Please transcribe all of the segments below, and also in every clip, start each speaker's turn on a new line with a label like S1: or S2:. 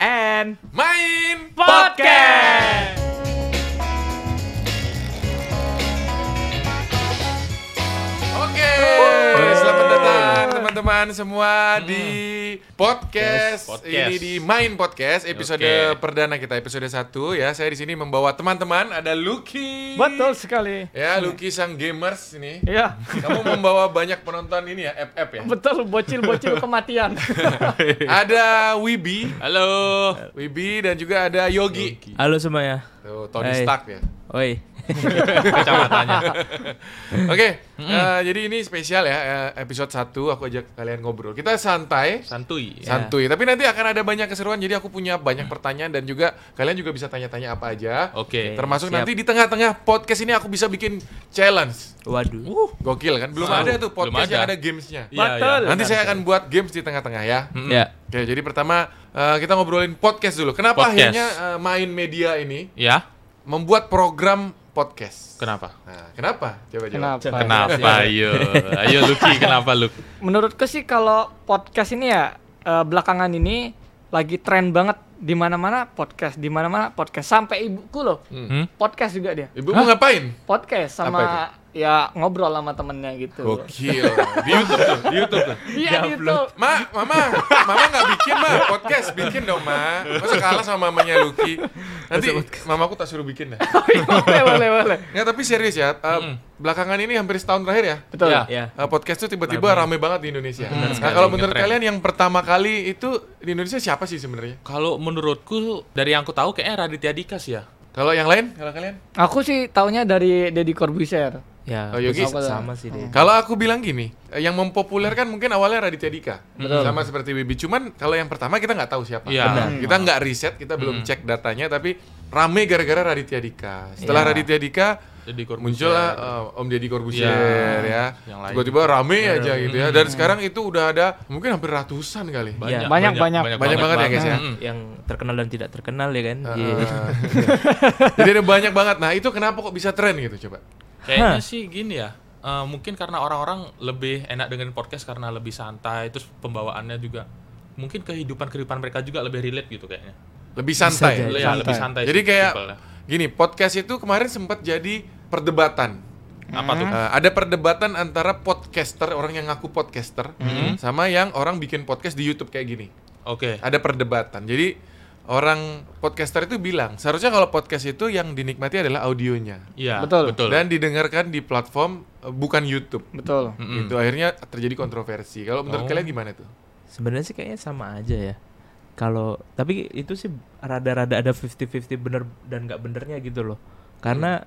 S1: Main
S2: Main
S1: Podcast.
S2: Oke, selamat datang teman-teman semua di podcast.
S3: Podcast.
S2: Ini di Main Podcast episode
S3: Oke.
S2: perdana kita episode 1 ya. Saya di sini membawa teman-teman ada Lucky.
S1: Betul sekali.
S2: Ya, Lucky sang gamers ini.
S1: Iya.
S2: Kamu membawa banyak penonton ini ya, FF ya.
S1: Betul, bocil-bocil kematian.
S2: Ada Wibi,
S3: Halo.
S2: Wibi dan juga ada Yogi.
S4: Halo semuanya.
S2: Tuh, Tony
S4: Hai.
S2: Stark ya.
S4: Oi.
S2: Oke, eh, jadi ini spesial ya eh, episode 1 aku ajak kalian ngobrol. Kita santai,
S3: Santuy.
S2: santuy. Tapi nanti akan ada banyak keseruan. Jadi aku punya banyak pertanyaan dan juga kalian juga bisa tanya-tanya apa aja.
S3: Mm. Oke.
S2: Termasuk
S4: Siap.
S2: nanti di tengah-tengah podcast ini aku bisa bikin challenge.
S4: Waduh.
S3: Uh.
S2: Gokil kan? Belum
S3: Wow.
S2: ada tuh podcast
S3: Belum ada.
S2: yang ada gamesnya.
S3: Iya,
S1: Betul.
S3: iya.
S2: Nanti saya akan buat games di tengah-tengah ya.
S3: Hmm.
S4: Ya.
S2: Oke, jadi pertama eh, kita ngobrolin podcast dulu. Kenapa
S3: Podcast.
S2: akhirnya eh, main media ini
S3: Ya.
S2: membuat program podcast?
S3: Kenapa?
S2: Nah, kenapa? Coba jawab.
S1: Kenapa?
S3: Kenapa? Ayo, ayo Lucky, kenapa Luk?
S1: Menurutku sih kalau podcast ini ya eh, belakangan ini lagi tren banget di mana-mana podcast, di mana-mana podcast sampai ibuku loh.
S3: Hmm?
S1: Podcast juga dia.
S2: Ibu mau ngapain?
S1: Podcast
S2: Apa
S1: sama ya ngobrol sama temennya gitu.
S2: Gokil. di YouTube tuh, di YouTube tuh.
S1: Iya gitu.
S2: Ma, mama, mama nggak bikin ma podcast, bikin dong ma. Masa kalah sama mamanya Lucky. Nanti mamaku tak suruh bikin dah.
S1: iya? boleh, boleh, boleh.
S2: Nggak tapi serius ya. eh,
S3: Hmm.
S2: Belakangan ini hampir setahun terakhir ya.
S1: Betul.
S3: Ya.
S4: Ya.
S2: eh, podcast tuh tiba-tiba rame banget di Indonesia. Nah
S3: sekali,
S2: kalau menurut
S3: ngetrend.
S2: kalian yang pertama kali itu di Indonesia siapa sih sebenarnya?
S3: Kalau menurutku dari yang aku tahu kayaknya Raditya Dika sih ya.
S2: Kalau yang lain? Kalau kalian?
S1: Aku sih taunya dari Deddy Corbuzier.
S4: Ya.
S2: Oh, Yogi.
S4: sama- sama sih dia.
S2: Kalau aku bilang gini, eh, yang mempopulerkan mungkin awalnya Raditya Dika, sama seperti Bibi. Cuman kalau yang pertama kita nggak tahu siapa,
S3: Iya. Hmm. Benar.
S2: kita nggak riset, kita belum cek datanya, tapi rame gara-gara Raditya Dika.
S3: Iya.
S2: Setelah Raditya Dika
S3: Jadi korban.
S2: muncullah eh, Om Deddy Corbuzier
S3: Iya.
S2: ya,
S3: Yang lain.
S2: tiba-tiba rame aja gitu ya. Dan sekarang itu udah ada mungkin hampir ratusan kali, banyak,
S3: Iya. Ya,
S4: Banyak,
S1: banyak, banyak.
S2: banget, ya guys ya.
S3: Mm. Uh,
S4: Yang terkenal dan tidak terkenal ya kan. Iya.
S2: Eh, Jadi ada banyak banget. Nah itu kenapa kok bisa tren gitu coba?
S3: Kayaknya sih gini ya. eh, mungkin karena orang-orang lebih enak dengan podcast karena lebih santai, terus pembawaannya juga mungkin kehidupan kehidupan mereka juga lebih relate gitu kayaknya.
S2: Lebih Iya, santai.
S4: jadi.
S3: Ya, lebih santai.
S2: Jadi
S3: sih, ya.
S2: kayak
S3: simpelnya.
S2: gini, podcast itu kemarin sempat jadi perdebatan.
S3: apa tuh?
S2: Eh, ada perdebatan antara podcaster, orang yang ngaku podcaster,
S3: Hmm.
S2: sama yang orang bikin podcast di YouTube kayak gini.
S3: Oke.
S2: Ada perdebatan. Jadi orang podcaster itu bilang, seharusnya kalau podcast itu yang dinikmati adalah audionya
S3: Iya.
S1: Betul.
S2: dan didengarkan di platform eh, bukan YouTube.
S1: Betul.
S3: Hmm.
S2: Itu akhirnya terjadi kontroversi. Kalau
S3: Oh.
S2: menurut kalian gimana tuh?
S4: Sebenarnya sih kayaknya sama aja ya. Kalau tapi itu sih rada-rada ada 50-50 bener dan nggak benernya gitu loh. Karena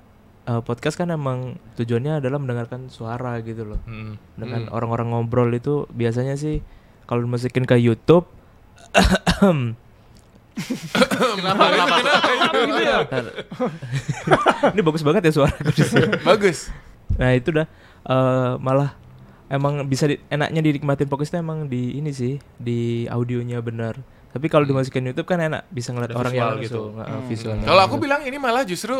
S3: Mm.
S4: eh, podcast kan emang tujuannya adalah mendengarkan suara gitu loh.
S3: Mm.
S4: Dengan orang-orang ngobrol itu biasanya sih kalau dimasukin ke YouTube
S2: Kenapa? Kenapa?
S4: ini bagus banget ya suara aku di sini.
S2: Bagus.
S4: Nah itu dah eh, malah emang bisa di- enaknya dinikmatin podcastnya emang di ini sih di audionya benar. Tapi kalau dimasukin YouTube kan enak bisa ngeliat
S3: Hmm. Ada
S4: orang
S3: visual
S4: yang
S3: gitu.
S4: gitu visualnya.
S2: Kalau aku bilang ini malah justru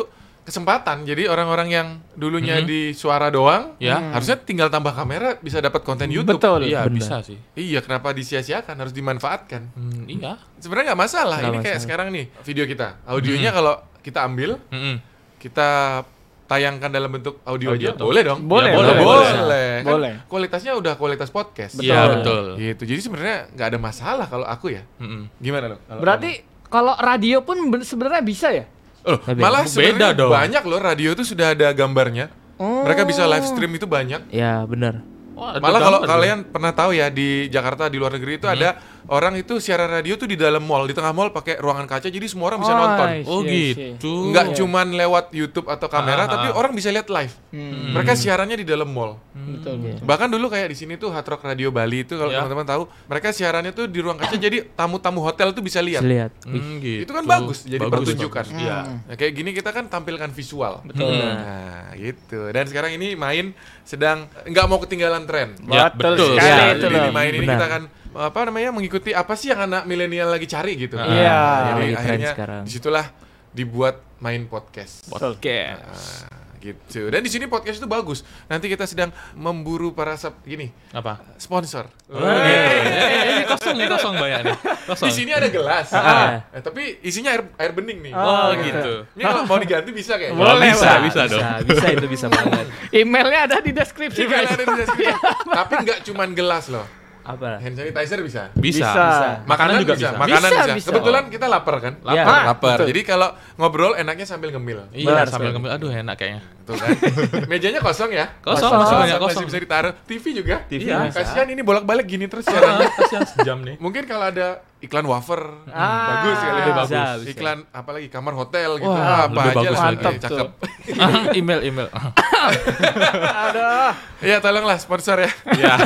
S2: kesempatan. Jadi orang-orang yang dulunya di suara doang, Hmm.
S3: Ya.
S2: harusnya tinggal tambah kamera bisa dapat konten YouTube.
S1: Betul.
S3: Iya,
S4: Benar.
S3: bisa sih.
S2: Iya, kenapa disia-siakan? Harus dimanfaatkan.
S3: Mm, iya.
S2: Sebenarnya nggak masalah.
S4: Nggak
S2: ini kayak
S4: masalah.
S2: sekarang nih video kita, audionya kalau kita ambil,
S3: Mm-mm.
S2: kita tayangkan dalam bentuk audio,
S3: Audio
S2: aja.
S3: dong.
S2: Boleh dong. Ya,
S1: Boleh,
S2: boleh.
S3: boleh,
S2: Boleh.
S3: boleh.
S2: Kan
S1: Boleh.
S2: kualitasnya udah kualitas podcast.
S3: Iya,
S1: Betul.
S3: betul.
S2: Gitu. Jadi sebenarnya nggak ada masalah kalau aku ya.
S3: Mm-mm.
S2: Gimana lo? Kalau
S1: Berarti kalau radio pun ben- sebenarnya bisa ya?
S2: Loh,
S4: Tapi-
S2: malah
S3: Beda
S2: sebenarnya
S3: dong.
S2: banyak loh radio itu sudah ada gambarnya. Mereka bisa live stream itu banyak.
S4: Ya benar.
S3: Wah, ada
S2: Malah kalau
S3: gambar Hmm. tuh.
S2: kalian pernah tahu ya di Jakarta di luar negeri itu ada orang itu siaran radio tuh di dalam mall, di tengah mall pakai ruangan kaca jadi semua orang bisa
S1: Oh,
S2: nonton.
S1: iya.
S3: Oh
S1: Iya,
S3: gitu.
S2: Nggak cuman lewat YouTube atau kamera
S3: Ah,
S2: tapi orang bisa lihat live. Mereka siarannya di dalam mall.
S1: Betul.
S2: Bahkan dulu kayak di sini tuh Hard Rock Radio Bali itu kalau
S3: Hmm. Ya.
S2: teman-teman tahu, mereka siarannya tuh di ruang kaca jadi tamu-tamu hotel tuh bisa lihat.
S4: Bisa lihat. Wih,
S3: Hmm,
S2: Itu
S3: gitu.
S2: kan bagus jadi
S3: Bagus,
S2: pertunjukan.
S3: bagus. Iya.
S2: Nah, kayak gini kita kan tampilkan visual.
S1: Betul.
S2: Nah, gitu. Dan sekarang ini main sedang nggak mau ketinggalan tren.
S3: Ya,
S1: Betul
S3: betul.
S1: sekali
S3: Ya,
S1: itu
S2: jadi
S1: loh.
S2: di main ini
S4: Benar.
S2: kita akan apa namanya mengikuti apa sih yang anak milenial lagi cari gitu.
S3: Nah,
S1: Iya.
S2: Jadi
S4: lagi tren
S2: akhirnya
S4: sekarang.
S2: disitulah dibuat main podcast.
S1: Betul.
S3: Podcast.
S2: Nah, gitu. Dan di sini podcast itu bagus. Nanti kita sedang memburu para sub gini
S3: Apa? Eh,
S2: sponsor.
S3: Iya. Ini kosong nih, kosong banyak nih. Kosong.
S2: Di sini ada gelas.
S4: Ah.
S2: Eh, tapi isinya air air bening nih. Nah,
S1: Oh,
S3: Oh,
S1: gitu.
S3: gitu.
S2: Ini kalau mau diganti bisa kayak.
S3: Wah,
S1: Boleh,
S3: bisa,
S1: Pak.
S3: bisa, dong.
S4: Bisa itu bisa banget.
S1: Emailnya ada di deskripsi
S2: Di
S1: guys.
S2: mana ada di deskripsi. Tapi nggak cuman gelas loh.
S4: Apa?
S2: Hand sanitizer bisa.
S3: Bisa.
S1: Bisa.
S2: Makanan juga bisa. Makanan
S1: Bisa,
S2: bisa.
S1: bisa.
S2: Kebetulan kita lapar kan?
S4: Lapar.
S2: lapar.
S1: Betul.
S2: Jadi kalau ngobrol enaknya sambil ngemil.
S3: Iya,
S4: Benar
S3: sambil
S4: sekali.
S3: ngemil. Aduh, enak kayaknya.
S2: Betul kan? Mejanya kosong ya?
S3: Kosong,
S1: Kosong,
S3: kosong,
S2: Masih-
S3: ya, kosong.
S2: Masih bisa ditaruh. TV juga.
S4: TV
S3: Iya,
S4: bisa.
S2: Kasihan ini bolak-balik gini terus
S3: Ah,
S2: siarannya.
S3: Kasihan sejam nih.
S2: Mungkin kalau ada iklan wafer,
S1: Ah,
S2: bagus kali ya.
S4: bisa, bisa.
S2: Iklan apalagi kamar hotel gitu.
S3: Wah,
S2: apa
S3: lebih
S2: aja
S3: bagus
S2: lah.
S3: lagi.
S2: Iya, Cakep.
S3: email, email.
S1: Aduh.
S2: Iya, tolonglah sponsor ya.
S3: Ya.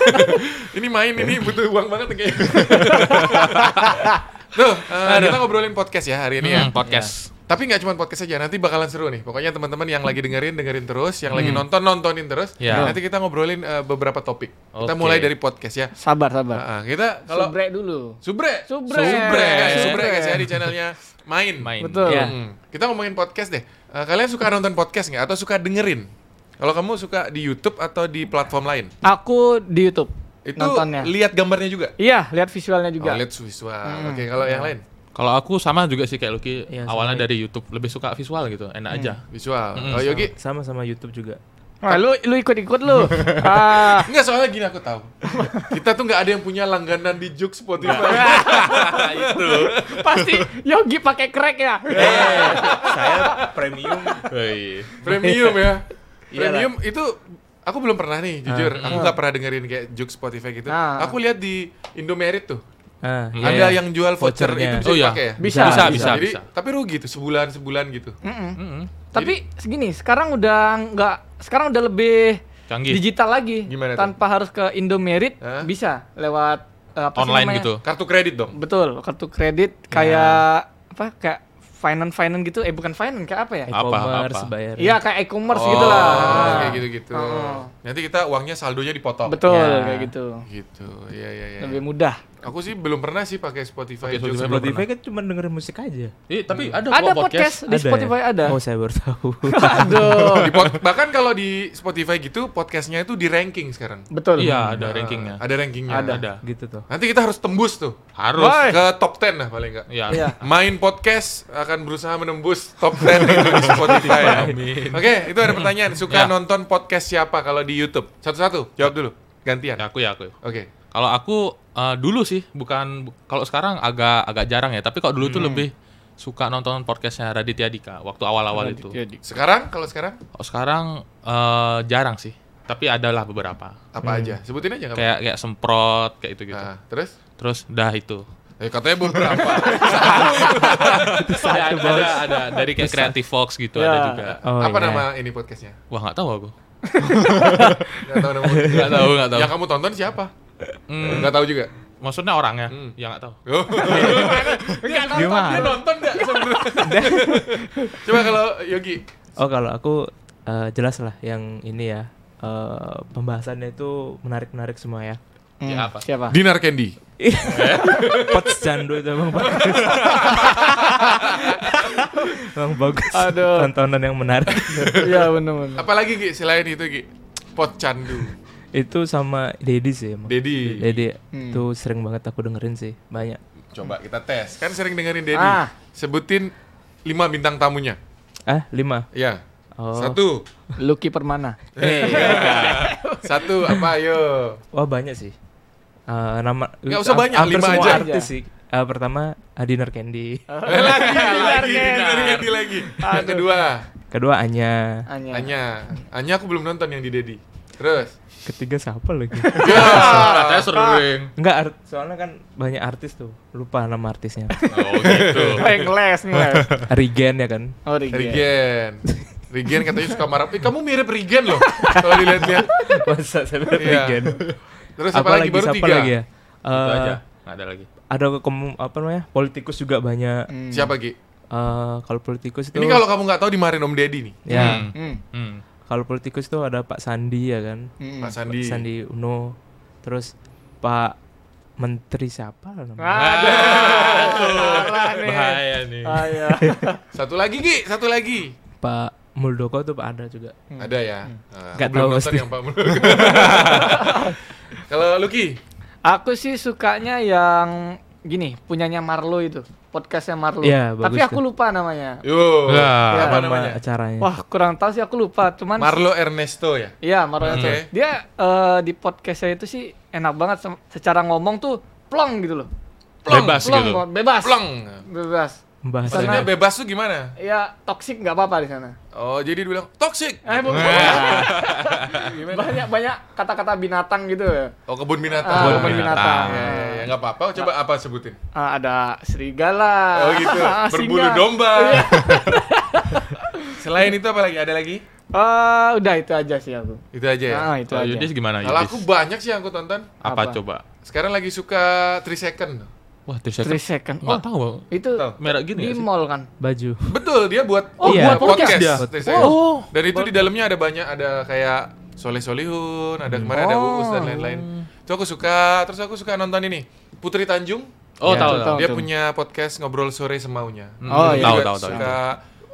S2: ini main ini butuh uang banget nih kayaknya. Tuh, eh, kita ngobrolin podcast ya hari ini ya.
S3: Hmm, podcast.
S2: Tapi nggak cuma podcast aja, nanti bakalan seru nih. Pokoknya teman-teman yang lagi dengerin dengerin terus, yang lagi nonton nontonin terus.
S3: Hmm. Ya.
S2: Nanti kita ngobrolin eh, beberapa topik. Kita
S3: Oke.
S2: mulai dari podcast ya.
S1: Sabar, sabar.
S2: Ah, ah, kita
S1: Kalau
S2: kalau
S1: break dulu.
S2: Subre.
S1: Subre.
S2: Subre.
S1: Subre.
S2: guys. Subre guys ya di channelnya Main.
S3: Main.
S1: Betul.
S4: Iya.
S2: Hmm. Kita ngomongin podcast deh. Eh, kalian suka nonton podcast nggak atau suka dengerin? Kalau kamu suka di YouTube atau di platform lain?
S1: Aku di YouTube
S2: Itu
S1: nontonnya.
S2: lihat gambarnya juga.
S1: Iya, lihat visualnya juga. Hmm.
S2: Oh, lihat visual. Oke, kalau
S3: Ya.
S2: yang lain
S3: Kalau aku sama juga sih kayak Lucky,
S4: Iya, sama
S3: awalnya
S4: kayak- Hmm.
S3: dari YouTube lebih suka visual gitu, enak aja.
S2: visual.
S3: Hmm.
S2: oh, Yogi.
S4: Sama-sama YouTube juga.
S1: Wah, Nah, lu lu ikut-ikut lu. ah,
S2: Enggak soalnya gini aku tahu. Kita tuh nggak ada yang punya langganan di Juk Spotify.
S4: Ah,
S1: pasti Yogi pakai crack ya.
S2: Iya.
S4: Saya premium.
S3: Woi.
S2: Premium ya.
S4: Iyalah.
S2: Premium itu aku belum pernah
S3: Ah.
S2: nih, jujur. Aku nggak pernah dengerin kayak Juk Spotify gitu.
S1: Ah.
S2: Aku lihat di Indomerit tuh.
S4: Ah,
S3: Hmm.
S2: Ada
S3: Iya.
S2: yang jual voucher itu
S4: Vouchernya.
S2: bisa
S3: Oh iya.
S2: dipakai ya?
S1: Bisa,
S3: Bisa,
S1: bisa.
S3: bisa,
S2: Jadi,
S3: bisa.
S2: tapi rugi tuh sebulan-sebulan gitu.
S1: Mm-mm.
S3: Mm-mm.
S1: Tapi segini, sekarang udah nggak sekarang udah lebih
S3: Canggih.
S1: digital lagi.
S2: Gimana tuh?
S1: Tanpa harus ke Indomerit
S2: Hah?
S1: bisa lewat eh, apa sih
S3: Online
S1: namanya?
S3: gitu.
S2: Kartu kredit dong.
S1: Betul, kartu kredit kayak apa? Kayak finance finance gitu. Eh bukan finance kayak apa ya?
S4: Iya,
S3: Apa,
S4: E-commerce
S3: apa?
S4: bayar.
S1: Iya, kayak e-commerce
S2: Oh,
S1: gitu lah.
S2: Kayak gitu-gitu.
S1: Oh.
S2: Nanti kita uangnya saldonya dipotong.
S1: Betul,
S4: Ya.
S1: kayak gitu.
S2: Gitu. Iya, iya, iya.
S1: Lebih mudah.
S2: Aku sih belum pernah sih pakai Spotify.
S3: Pakai
S2: Jokes.
S3: Spotify.
S4: Spotify kan cuma dengerin musik aja.
S3: Ih, tapi
S4: Hmm.
S3: ada,
S1: Ada
S3: kok
S1: podcast, di
S4: ya?
S1: Spotify ada.
S4: Oh, saya baru tahu.
S1: Aduh.
S2: Di pod- bahkan kalau di Spotify gitu podcastnya itu di ranking sekarang. Eh,
S1: Betul.
S3: Iya,
S4: Hmm.
S3: ada rankingnya.
S2: Ada rankingnya.
S1: Ada.
S3: Ada.
S4: gitu tuh.
S2: Nanti kita harus tembus tuh.
S3: Harus.
S1: Wah. Hai.
S2: Ke top 10 lah paling enggak.
S3: Iya.
S1: Iya.
S2: Main podcast akan berusaha menembus top 10 itu di Spotify. ya. Oke, itu ada pertanyaan. Suka
S3: Ya.
S2: nonton podcast siapa kalau di YouTube? Satu-satu. Jawab dulu.
S3: Ya,
S2: Gantian.
S3: aku ya aku.
S2: Oke.
S3: Kalau aku eh, dulu sih bukan bu- kalau sekarang agak agak jarang ya, tapi kalau dulu
S4: Hmm.
S3: tuh lebih suka nonton podcastnya Raditya Dika waktu awal-awal itu.
S1: Jadi.
S2: Sekarang kalau sekarang
S3: Kalau sekarang eh, jarang sih, tapi adalah beberapa.
S2: apa aja? Sebutin aja nggak apa-apa.
S3: Kayak kayak semprot kayak itu gitu.
S4: Ah.
S2: Nah, terus?
S3: Terus dah itu.
S2: Eh, katanya beberapa.
S3: ada, ada ada dari kayak Creative Fox gitu ada
S1: Ya.
S3: juga.
S4: Oh,
S2: apa
S4: iya.
S2: nama ini podcastnya?
S3: Wah, nggak tahu aku.
S2: Gak tahu nama podcastnya.
S3: Nggak tahu, nggak tahu.
S2: Yang kamu tonton siapa?
S3: Hmm,
S2: Gak tahu juga.
S3: maksudnya orangnya ya nggak tahu.
S1: Enggak nonton.
S4: Dia mah-
S2: nonton nggak sebenarnya? Coba kalau Yogi.
S4: Oh, kalau aku eh, jelas lah yang ini ya. eh, pembahasannya itu menarik-menarik semua ya.
S1: Hmm,
S3: Ya, apa?
S1: Siapa?
S2: Dinar Candy.
S4: Pots candu itu emang bagus. emang bagus.
S1: Aduh.
S4: Tontonan yang menarik.
S1: Iya, benar benar.
S2: Apalagi Gi selain itu Gi? Pot Candu.
S4: itu sama Dedi sih emang.
S2: Dedi.
S4: Dedi itu sering banget aku dengerin sih banyak.
S2: Coba kita tes. Kan sering dengerin Dedi.
S1: Ah.
S2: Sebutin 5 bintang tamunya.
S4: Ah lima.
S2: Ya.
S4: Oh.
S2: Satu.
S1: Lucky Permana.
S2: Satu apa ayo.
S4: Wah Oh, banyak sih. Eh nama
S2: Nggak usah
S4: ha-
S2: banyak,
S4: hampir
S2: lima
S4: semua
S2: aja.
S4: artis sih. Eh, pertama ah, Dinar Candy.
S2: lagi, lagi,
S1: Dinar.
S2: Dinar Candy lagi. Yang kedua,
S4: Kedua Anya.
S1: Anya.
S2: Anya. Anya aku belum nonton yang di Dedi. Terus.
S4: Ketiga siapa lagi?
S3: Katanya sering.
S4: Enggak, art- soalnya kan banyak artis tuh. Lupa nama artisnya.
S3: Oh gitu.
S1: Eh, ngeles, ngeles.
S4: Regen ya kan.
S1: Oh, Rigi.
S2: Regen. Regen katanya suka marah. Eh, kamu mirip Regen loh. Kalau dilihat-lihat.
S4: Masa saya bilang
S2: Iya.
S4: Regen.
S2: Terus apa lagi baru
S4: siapa
S2: tiga.
S4: lagi ya?
S3: Itu
S4: Eh,
S3: aja. Nggak ada lagi.
S4: Ada kemu- apa namanya? Politikus juga banyak. Eh
S2: Siapa Gi?
S4: kalau politikus itu
S2: Hmm. Ini kalau kamu nggak tahu dimarin Om Deddy nih.
S4: ya,
S3: Hmm.
S1: Hmm.
S3: Hmm.
S4: kalau politikus itu ada Pak Sandi ya kan.
S1: Hmm.
S2: Pak Sandi.
S4: Pak Sandi Uno. Terus Pak Menteri siapa namanya?
S1: Aduh. Parah nih.
S3: Bahaya nih.
S1: Ah, iya.
S2: Satu lagi Gi, satu lagi.
S4: Pak Muldoko tuh ada juga.
S2: Ada ya. Ah,
S4: Nggak
S2: aku belum
S4: tahu
S2: nonton
S4: pasti.
S2: yang Pak Muldoko. Kalau Lucky,
S1: Aku sih sukanya yang gini, punyanya Marlo itu, podcastnya Marlo.
S4: Iya, bagus
S1: Tapi aku
S4: tuh.
S1: lupa namanya.
S2: yo,
S3: Nah,
S2: Iya, apa
S4: Sama
S2: namanya?
S4: acaranya.
S1: Wah, kurang tahu sih aku lupa, cuman
S2: Marlo Ernesto ya.
S1: Iya, Marlo
S2: Oke.
S1: Anthony. Dia eh, di podcastnya itu sih enak banget sem- secara ngomong tuh plong gitu loh.
S3: Bebas
S1: plong,
S3: gitu.
S1: banget, bebas.
S2: Plong.
S1: Bebas.
S4: Membahas
S2: Maksudnya
S1: Sana.
S2: bebas tuh gimana?
S1: Iya, toksik nggak apa-apa di sana.
S2: Oh, jadi dibilang toxic.
S1: Eh, bu- Eh. banyak banyak kata-kata binatang gitu.
S2: Oh, kebun binatang.
S1: Ah,
S3: kebun
S1: kebun binatang.
S3: binatang.
S2: Ya, ya, ya, nggak apa-apa. Coba apa sebutin?
S1: Ah, ada serigala.
S2: Oh gitu.
S1: ah,
S2: Berbulu
S1: singa.
S2: domba. Selain itu apa lagi? Ada lagi?
S1: Eh, udah itu aja sih aku.
S2: Itu aja ya.
S1: Ah, itu
S3: Kalau
S1: aja.
S3: Yudis gimana
S2: Kalau aku
S3: Yudis?
S2: banyak sih yang aku tonton.
S3: apa,
S1: apa?
S3: coba?
S2: Sekarang lagi suka 3 second.
S3: Wah,
S1: 3
S3: Trisha
S1: second.
S3: nggak
S1: Oh,
S3: tahu
S1: itu
S2: Tahu.
S3: merek gini
S1: di
S3: nggak sih?
S1: mall kan.
S4: baju.
S2: Betul, dia buat
S1: Oh,
S4: Iya.
S1: buat podcast Oh.
S4: dia.
S2: Three Second. Dan itu di dalamnya ada banyak ada kayak Soleh Solihun, ada kemarin ada Uus
S1: Oh.
S2: dan lain-lain. Itu aku suka, terus aku suka nonton ini. Putri Tanjung,
S3: Oh,
S4: Ya,
S3: tahu
S1: tahu,
S3: tahu.
S2: dia
S1: Tanjung.
S2: punya podcast ngobrol sore semaunya.
S1: Oh,
S2: Dia
S1: iya.
S3: Tahu,
S2: juga
S3: tahu, tahu.
S2: Suka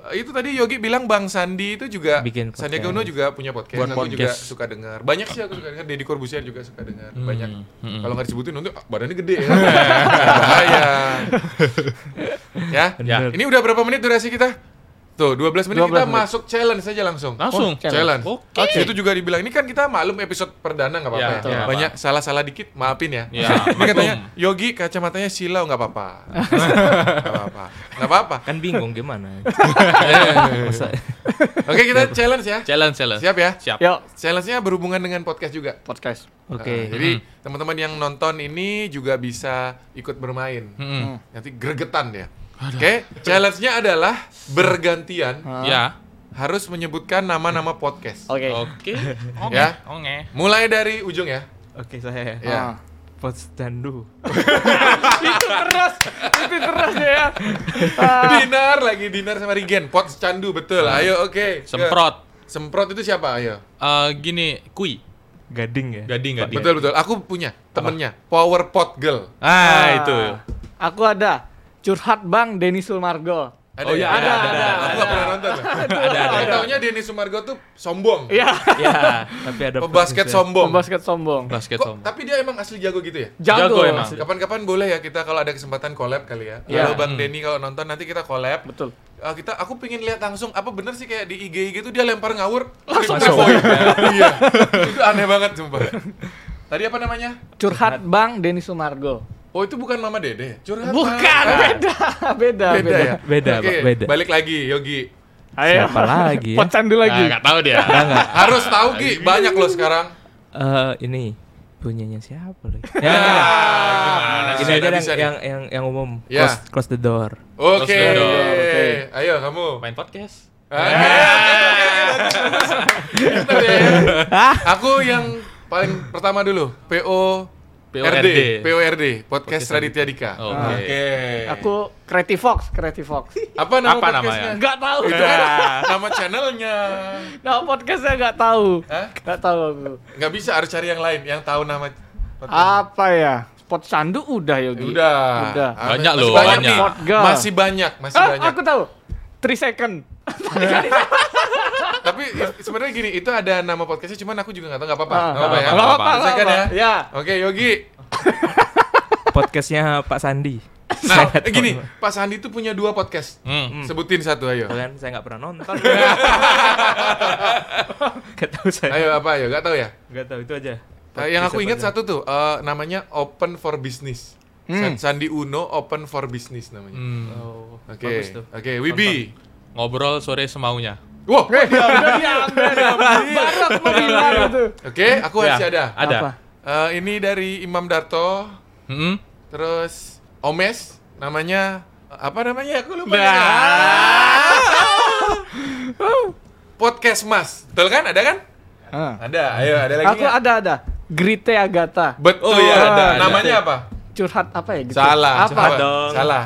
S2: eh, itu tadi Yogi bilang Bang Sandi itu juga
S4: Bikin
S2: Sandiaga Uno
S4: podcast.
S2: juga punya podcast.
S3: Buat
S2: aku juga
S3: podcast.
S2: suka dengar. Banyak sih aku suka dengar. Deddy Corbuzier juga suka dengar. Banyak.
S3: hmm.
S2: Kalau nggak disebutin nanti ah, badannya gede ya. Bahaya. ya.
S4: Bener.
S2: Ini udah berapa menit durasi kita? Tuh, 12
S1: 12
S2: menit kita
S1: menit.
S2: masuk challenge saja langsung.
S3: Langsung.
S1: Oh, challenge.
S2: Challenge.
S3: Oke.
S2: Itu juga dibilang ini kan kita maklum episode perdana nggak apa-apa.
S3: Ya,
S2: ya.
S3: betul.
S2: Banyak salah-salah dikit, maafin ya.
S3: Ya,
S2: ini katanya
S3: maklum.
S2: Yogi kacamatanya silau nggak apa-apa. Nggak apa-apa. Nggak apa-apa.
S4: Kan bingung gimana. Masa-
S2: Oke, kita challenge ya.
S3: Challenge, challenge.
S2: Siap ya?
S3: Siap.
S1: Yuk,
S2: Challenge-nya berhubungan dengan podcast juga.
S1: podcast.
S2: Nah,
S4: Oke.
S2: jadi teman-teman yang nonton ini juga bisa ikut bermain.
S3: Mm-mm.
S2: Nanti gregetan ya. Oke, challenge-nya adalah bergantian
S3: Ya.
S2: harus menyebutkan nama-nama podcast.
S1: Oke. Ah.
S3: Oke.
S2: Ya.
S3: Oke. Oke.
S2: Mulai dari ujung ya.
S4: Oke, saya ya.
S2: Ya.
S1: Ah.
S4: Pots Dandu.
S1: itu keras itu keras ya
S2: Ah, Dinar lagi dinar sama Rigen. Pot candu betul. Ayo oke. Ke-
S3: Semprot.
S2: Semprot itu siapa? Ayo.
S3: Eh, gini, kui.
S4: Gading ya.
S3: Gading, gading.
S2: Betul betul. Aku punya temennya Power Pot Girl.
S3: Ah, itu.
S1: aku ada curhat bang Denny Sulmargo
S2: Ada
S3: Oh,
S2: ya?
S3: iya, ada, ada,
S2: Aku nggak pernah nonton. ada, ada. Taunya Denny Sumargo tuh sombong.
S1: iya
S4: ya, tapi ada
S2: Pebasket
S4: Pots-
S2: sombong.
S1: basket sombong
S3: Basket
S2: Kok,
S3: sombong.
S2: tapi dia emang asli jago gitu ya?
S1: jago,
S3: Jago emang.
S2: Kapan-kapan boleh ya kita kalau ada kesempatan collab kali ya.
S1: Iya.
S2: Kalau Bang Denny kalau nonton nanti kita collab.
S1: betul
S2: Ah, kita aku pengen lihat langsung apa bener sih kayak di IG IG tuh dia lempar ngawur langsung
S3: masuk.
S2: Iya. Itu aneh banget sumpah. Tadi apa namanya?
S1: curhat bang Denny Sumargo
S2: Oh, itu bukan Mama Dede. Curhat.
S1: bukan
S2: Mama.
S1: beda beda
S2: Beda,
S1: beda,
S2: ya?
S4: Beda,
S2: Oke,
S4: Pak, beda.
S2: Balik lagi Yogi.
S1: ayo
S4: Siapa lagi ya?
S1: pot candu lagi
S3: Nah, nggak tahu dia.
S2: Harus tahu Gi, banyak loh sekarang.
S4: Eh, ini punyanya siapa lagi? Ya,
S2: Ah, gimana
S4: ini aja
S2: sih?
S4: yang,
S2: Bisa nih.
S4: yang yang yang umum.
S2: Ya.
S4: Close, close the door.
S2: Oke.
S3: Close the door,
S1: oke.
S2: Ayo kamu. Ah.
S3: Main podcast.
S2: Oke, oke, oke, oke, bagus, bagus. Pinter ya. Aku yang paling pertama dulu, PO
S3: PORD.
S2: RD, PORD, Podcast Raditya Dika. Ah.
S3: Oke.
S1: aku Creative Fox Creative Fox
S2: Apa nama
S3: Apa namanya?
S2: podcastnya?
S1: nggak tahu
S2: Itu kan nama channelnya.
S1: nah podcastnya nggak tahu
S2: Hah?
S1: nggak tahu aku
S2: Nggak bisa, harus cari yang lain yang tahu nama. podcast. Ya
S1: apa ya pot candu udah Yogi
S2: Udah.
S1: Udah.
S2: Ah,
S3: Banyak
S2: masih
S3: loh, banyak.
S2: Gi.
S1: Pot girl.
S2: Masih banyak, masih
S1: Ah,
S2: banyak.
S1: aku tahu 3 second
S2: Tapi i- sebenarnya gini, itu ada nama podcastnya, cuman aku juga nggak tahu, nggak apa-apa.
S1: Ah,
S2: Nggak apa-apa ya.
S1: nggak apa-apa,
S2: Nggak
S1: nggak
S2: apa-apa.
S1: apa-apa. Ya.
S2: Oke, Yogi.
S4: Podcastnya Pak Sandi.
S2: Nah,
S4: Saya nggak
S2: gini,
S4: tahu.
S2: Pak Sandi tuh punya dua podcast.
S3: Hmm.
S2: Sebutin satu ayo.
S4: Kan saya nggak pernah nonton. Gak tahu saya.
S2: Ayo apa ayo, gak tahu ya.
S4: Gak tahu itu aja.
S2: Eh, yang aku
S4: Podcast
S2: ingat
S4: apa aja.
S2: satu tuh eh, namanya Open for Business. San- Sandi Uno Open for Business namanya.
S3: Hmm.
S4: Oh,
S2: Oke.
S4: bagus tuh.
S2: Oke, Wibi.
S3: Ngobrol sore semaunya.
S2: Wah.
S1: udah diambil baru aku mau bilang itu
S2: Oke, aku harus
S3: Ya,
S2: ada.
S3: Ada.
S1: Apa?
S2: Eh, ini dari Imam Darto,
S3: Hmm.
S2: terus Omes namanya apa namanya aku lupa. Podcast Mas. Betul kan? Ada kan?
S1: Ah.
S2: Ada. Ayo, ada lagi.
S1: Aku
S2: nggak?
S1: ada ada. Grite Agatha.
S2: Betul.
S3: Oh, iya, ada, ada.
S2: Namanya apa?
S1: Curhat apa ya gitu?
S2: Salah.
S1: Apa?
S2: coba. Salah.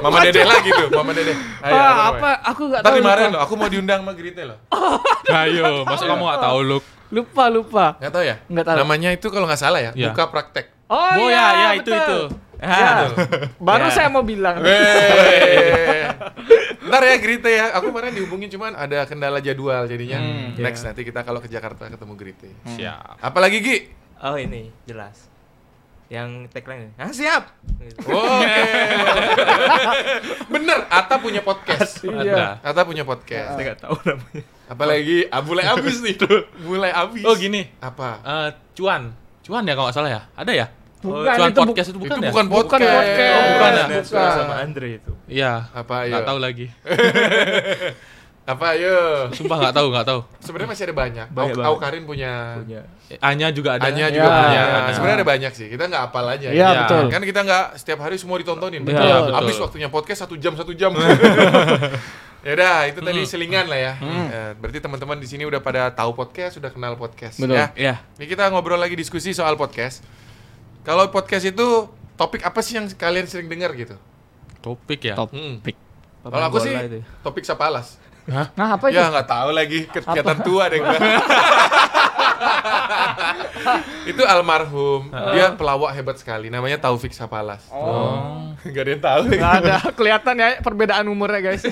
S2: Mama Dede lagi tuh, Mama Dede. Ayo,
S1: Ah,
S2: namanya?
S1: apa? Aku nggak
S2: Ntar
S1: tahu.
S2: dimarahin
S1: lupa.
S2: loh, aku mau diundang sama Grite loh.
S3: Ayo, Nah, iya, masa kamu gak tahu lu?
S1: Lupa lupa.
S2: Nggak tahu ya?
S1: Nggak tahu.
S2: Namanya itu kalau nggak salah ya,
S3: Iya.
S2: buka praktek.
S1: Oh,
S3: Oh
S1: iya,
S3: ya, ya itu
S4: Ah.
S1: betul.
S3: itu.
S2: Eh,
S1: Ya. Baru saya mau bilang.
S2: Weh. Ntar ya Grite ya. Aku kemarin dihubungin cuman ada kendala jadwal jadinya.
S3: Hmm,
S2: Next
S4: iya.
S2: nanti kita kalau ke Jakarta ketemu Grite.
S3: Siap.
S2: Apalagi Gi?
S4: Oh ini jelas. Yang tagline ah siap. Gitu.
S2: Oke. Bener, Ata punya podcast.
S1: Iya.
S2: Ata punya podcast.
S4: Saya nggak tahu namanya.
S2: Apalagi ah, mulai abis nih. Mulai abis.
S3: Oh gini.
S2: Apa?
S3: Eh, cuan. Cuan ya kalau nggak salah ya? Ada ya?
S1: Bukan
S3: cuan
S1: itu bu-
S3: podcast itu bukan
S2: itu
S3: ya?
S2: bukan podcast.
S1: Bukan podcast.
S2: Oh, bukan ya?
S1: Bukan.
S2: Suara sama
S4: Sama Andre itu.
S3: Iya.
S2: Apa ayo?
S3: Nggak tahu lagi.
S2: Apa ayo?
S3: Sumpah nggak tahu, nggak tahu.
S2: Sebenarnya masih ada banyak.
S4: Banyak
S2: Au,
S4: banget.
S2: Au Karin punya
S4: Punya.
S3: Eh, Anya juga ada.
S2: Anya juga
S1: Ya.
S2: punya. Nah, Iya.
S3: Anya.
S2: Sebenarnya ada banyak sih. Kita nggak apal aja.
S1: Iya,
S2: Ya.
S1: betul.
S2: Kan kita nggak setiap hari semua ditontonin.
S4: Betul. Iya,
S3: betul.
S2: Habis waktunya podcast satu jam satu jam.
S1: Iya.
S2: ya udah, itu
S1: Hmm.
S2: tadi selingan lah ya. Eh, berarti teman-teman di sini udah pada tahu podcast, sudah kenal podcast.
S1: Betul.
S2: Ya.
S4: Iya.
S2: Ini kita ngobrol lagi diskusi soal podcast. Kalau podcast itu topik apa sih yang kalian sering dengar gitu?
S3: Topik ya.
S1: Top.
S2: Hmm.
S1: Topik.
S2: Kalau aku sih
S4: Itu.
S2: topik sapalas.
S1: Nah, apa itu?
S2: Ya nggak tahu lagi ke- kelihatan tua deh gua. itu almarhum, dia pelawak hebat sekali. Namanya Taufik Sapalas.
S3: Oh.
S2: Gak ada yang tahu.
S1: Nggak ada kelihatan ya perbedaan umurnya, guys.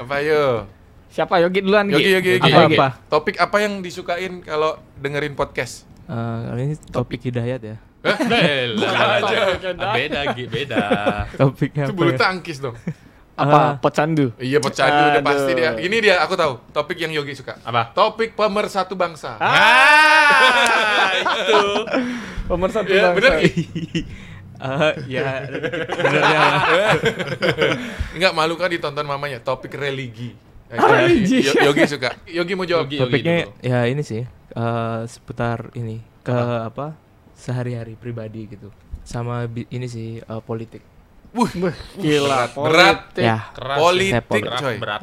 S2: Apa yo?
S1: Siapa Yogi duluan, Gi?
S2: Yogi, Yogi, Yogi.
S1: Apa,
S3: Yogi.
S1: apa?
S2: Topik apa yang disukain kalau dengerin podcast?
S4: Eh, kali ini topik hidayat ya.
S3: Bel.
S1: aja.
S3: Eh, Ah, Beda, Gi, beda.
S4: Topiknya
S2: Itu
S4: apa?
S2: bulu
S4: ya?
S2: tangkis dong.
S1: Apa
S4: Ah.
S1: pecandu?
S2: Iya, pecandu udah
S1: Aduh.
S2: pasti dia. Ini dia, aku tahu. Topik yang Yogi suka.
S3: Apa?
S2: Topik pemersatu bangsa.
S3: Ah, itu.
S1: Pemersatu
S2: Iya,
S1: bangsa.
S2: bener. Gi?
S4: Eh, ya ada dikit benernya lah.
S2: Enggak malu kan ditonton mamanya. Topik religi.
S1: Ah, religi.
S2: Yo- Yogi suka. Yogi mau jawab.
S3: Yogi, Yogi.
S4: Topiknya
S3: dulu.
S4: ya ini sih eh, seputar ini ke apa, sehari-hari pribadi gitu. Sama bi- ini sih eh, politik.
S2: Wuh,
S1: Gila,
S2: Berat, berat.
S1: politik.
S4: Ya.
S3: Keras.
S2: Politik,
S4: Saya politik.
S3: Berat,
S2: coy.
S3: berat.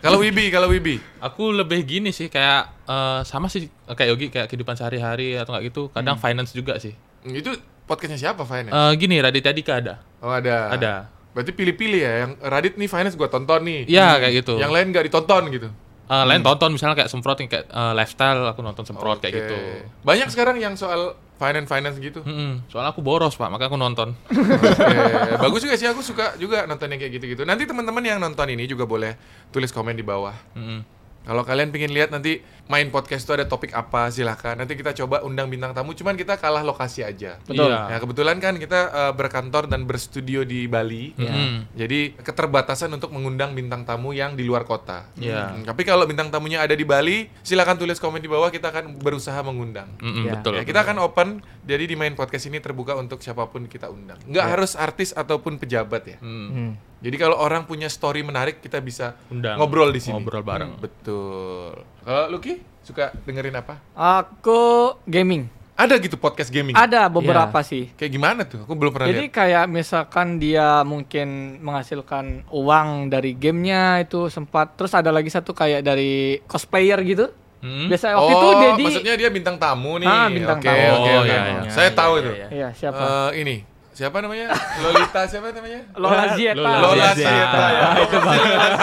S2: Kalau Wibi, kalau Wibi.
S3: Aku lebih gini sih kayak eh, sama sih kayak Yogi kayak kehidupan sehari-hari atau nggak gitu. Kadang finance juga sih.
S2: Hmm, Itu podcastnya siapa Finance?
S3: Eh gini Raditya Dika ada.
S2: oh ada.
S3: Ada.
S2: Berarti pilih-pilih ya. Yang Radit nih Finance gua tonton nih.
S3: Iya kayak gitu.
S2: Hmm. Yang lain nggak ditonton gitu.
S3: Eh, lain tonton misalnya kayak semprot yang kayak eh, lifestyle aku nonton semprot kayak
S2: Oke.
S3: gitu. Hmm.
S2: Banyak sekarang yang soal finance finance gitu.
S3: Mm-mm. Soalnya aku boros pak, maka aku nonton.
S2: Oke. Bagus juga sih aku suka juga nonton yang kayak gitu-gitu. Nanti teman-teman yang nonton ini juga boleh tulis komen di bawah.
S3: Mm-mm.
S2: Kalau kalian pingin lihat nanti main podcast itu ada topik apa silahkan. Nanti kita coba undang bintang tamu. Cuman kita kalah lokasi aja.
S1: Betul.
S2: Ya
S3: Iya.
S2: kebetulan kan kita eh, berkantor dan berstudio di Bali. Mm-hmm.
S3: Mm-mm.
S2: Jadi keterbatasan untuk mengundang bintang tamu yang di luar kota.
S3: Iya.
S2: Hmm, Tapi kalau bintang tamunya ada di Bali, silakan tulis komen di bawah kita akan berusaha mengundang.
S3: Mm-mm,
S4: Iya.
S2: Ya,
S3: Betul.
S2: kita akan open, jadi di main podcast ini terbuka untuk siapapun kita undang.
S3: Ya.
S2: Nggak harus artis ataupun pejabat ya.
S3: Mm.
S4: Hmm.
S2: Jadi kalau orang punya story menarik, kita bisa
S3: Undang.
S2: ngobrol di sini.
S3: Ngobrol bareng.
S2: Hmm, Betul. Kalau Lucky suka dengerin apa?
S1: Aku gaming.
S2: Ada gitu podcast gaming.
S1: Ada beberapa sih.
S2: Kayak gimana tuh? Aku belum pernah
S1: Jadi
S2: lihat.
S1: kayak misalkan dia mungkin menghasilkan uang dari gamenya itu sempat. Terus ada lagi satu kayak dari cosplayer gitu.
S3: Mm-mm.
S1: Biasa waktu itu
S2: Oh,
S1: jadi
S2: maksudnya dia bintang tamu nih.
S1: Ah, bintang
S2: Oke,
S1: tamu.
S2: oke,
S3: Oh,
S2: oke.
S3: iya, iya.
S2: Saya tahu itu.
S1: Iya siapa?
S2: Eh, ini siapa namanya? Lolita siapa namanya?
S1: Lola Zieta.
S3: Lola
S2: Lola
S3: Zieta.
S2: Sieta. ya.
S4: itu bang.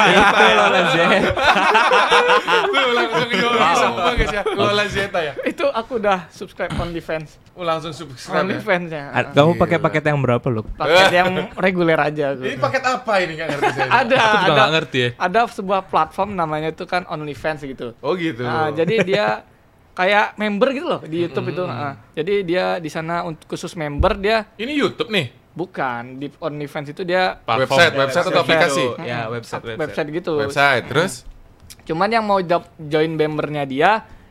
S4: itu Lola Zeta.
S2: Lu langsung Yogi sama guys ya. Lola Zieta ya.
S1: Itu aku udah subscribe OnlyFans.
S2: Lu Oh, langsung subscribe. ya.
S1: OnlyFans-nya.
S4: Ah, Kamu pakai paket yang berapa loh?
S1: Paket yang reguler aja aku.
S2: Ini paket apa ini kan ngerti saya.
S1: Ada
S3: Aku juga
S1: ada
S3: nggak ngerti ya.
S1: ada sebuah platform namanya itu kan OnlyFans gitu.
S2: Oh gitu.
S1: Nah, jadi dia kayak member gitu loh di YouTube itu. Nah, jadi dia di sana untuk khusus member dia
S2: ini YouTube nih.
S1: bukan di OnlyFans itu dia
S3: Platform. gitu.
S2: Website, website atau aplikasi?
S1: Iya.
S4: Ya website website.
S1: website gitu.
S2: Website. Terus
S1: Cuman yang mau dap- join membernya dia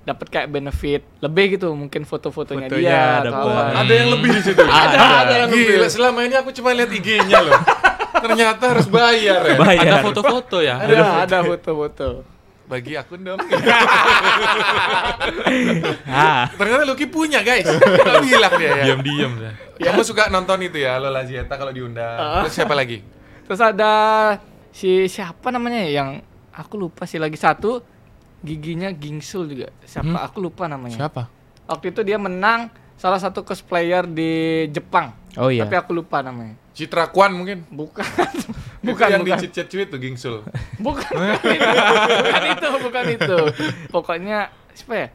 S1: dapat kayak benefit lebih gitu mungkin foto-fotonya
S4: Fotonya
S1: dia atau
S4: dapet.
S1: apa.
S2: ada yang lebih di situ.
S1: Ada, ada yang lebih.
S2: Gila, selama ini aku cuma lihat IG-nya loh. Ternyata harus bayar ya.
S3: Ada
S4: Bayar.
S3: foto-foto ya.
S1: Ada ada foto-foto.
S2: Bagi akun dong.
S4: Ah.
S2: Ternyata Lucky punya guys. Gak bilang dia ya.
S3: Diam-diam deh.
S2: Kamu suka nonton itu ya Lola Zieta kalau diundang. Terus siapa lagi?
S1: Terus ada si siapa namanya ya, yang aku lupa sih lagi satu giginya gingsul juga. Siapa aku lupa namanya.
S3: Siapa?
S1: Waktu itu dia menang salah satu cosplayer di Jepang.
S4: Oh iya.
S1: Tapi aku lupa namanya.
S2: Citra Kwan mungkin.
S1: Bukan. bukan
S2: yang
S1: bukan.
S2: di chat cuit tuh Gingsul.
S1: Bukan, bukan itu. Bukan itu, bukan itu. Pokoknya siapa ya?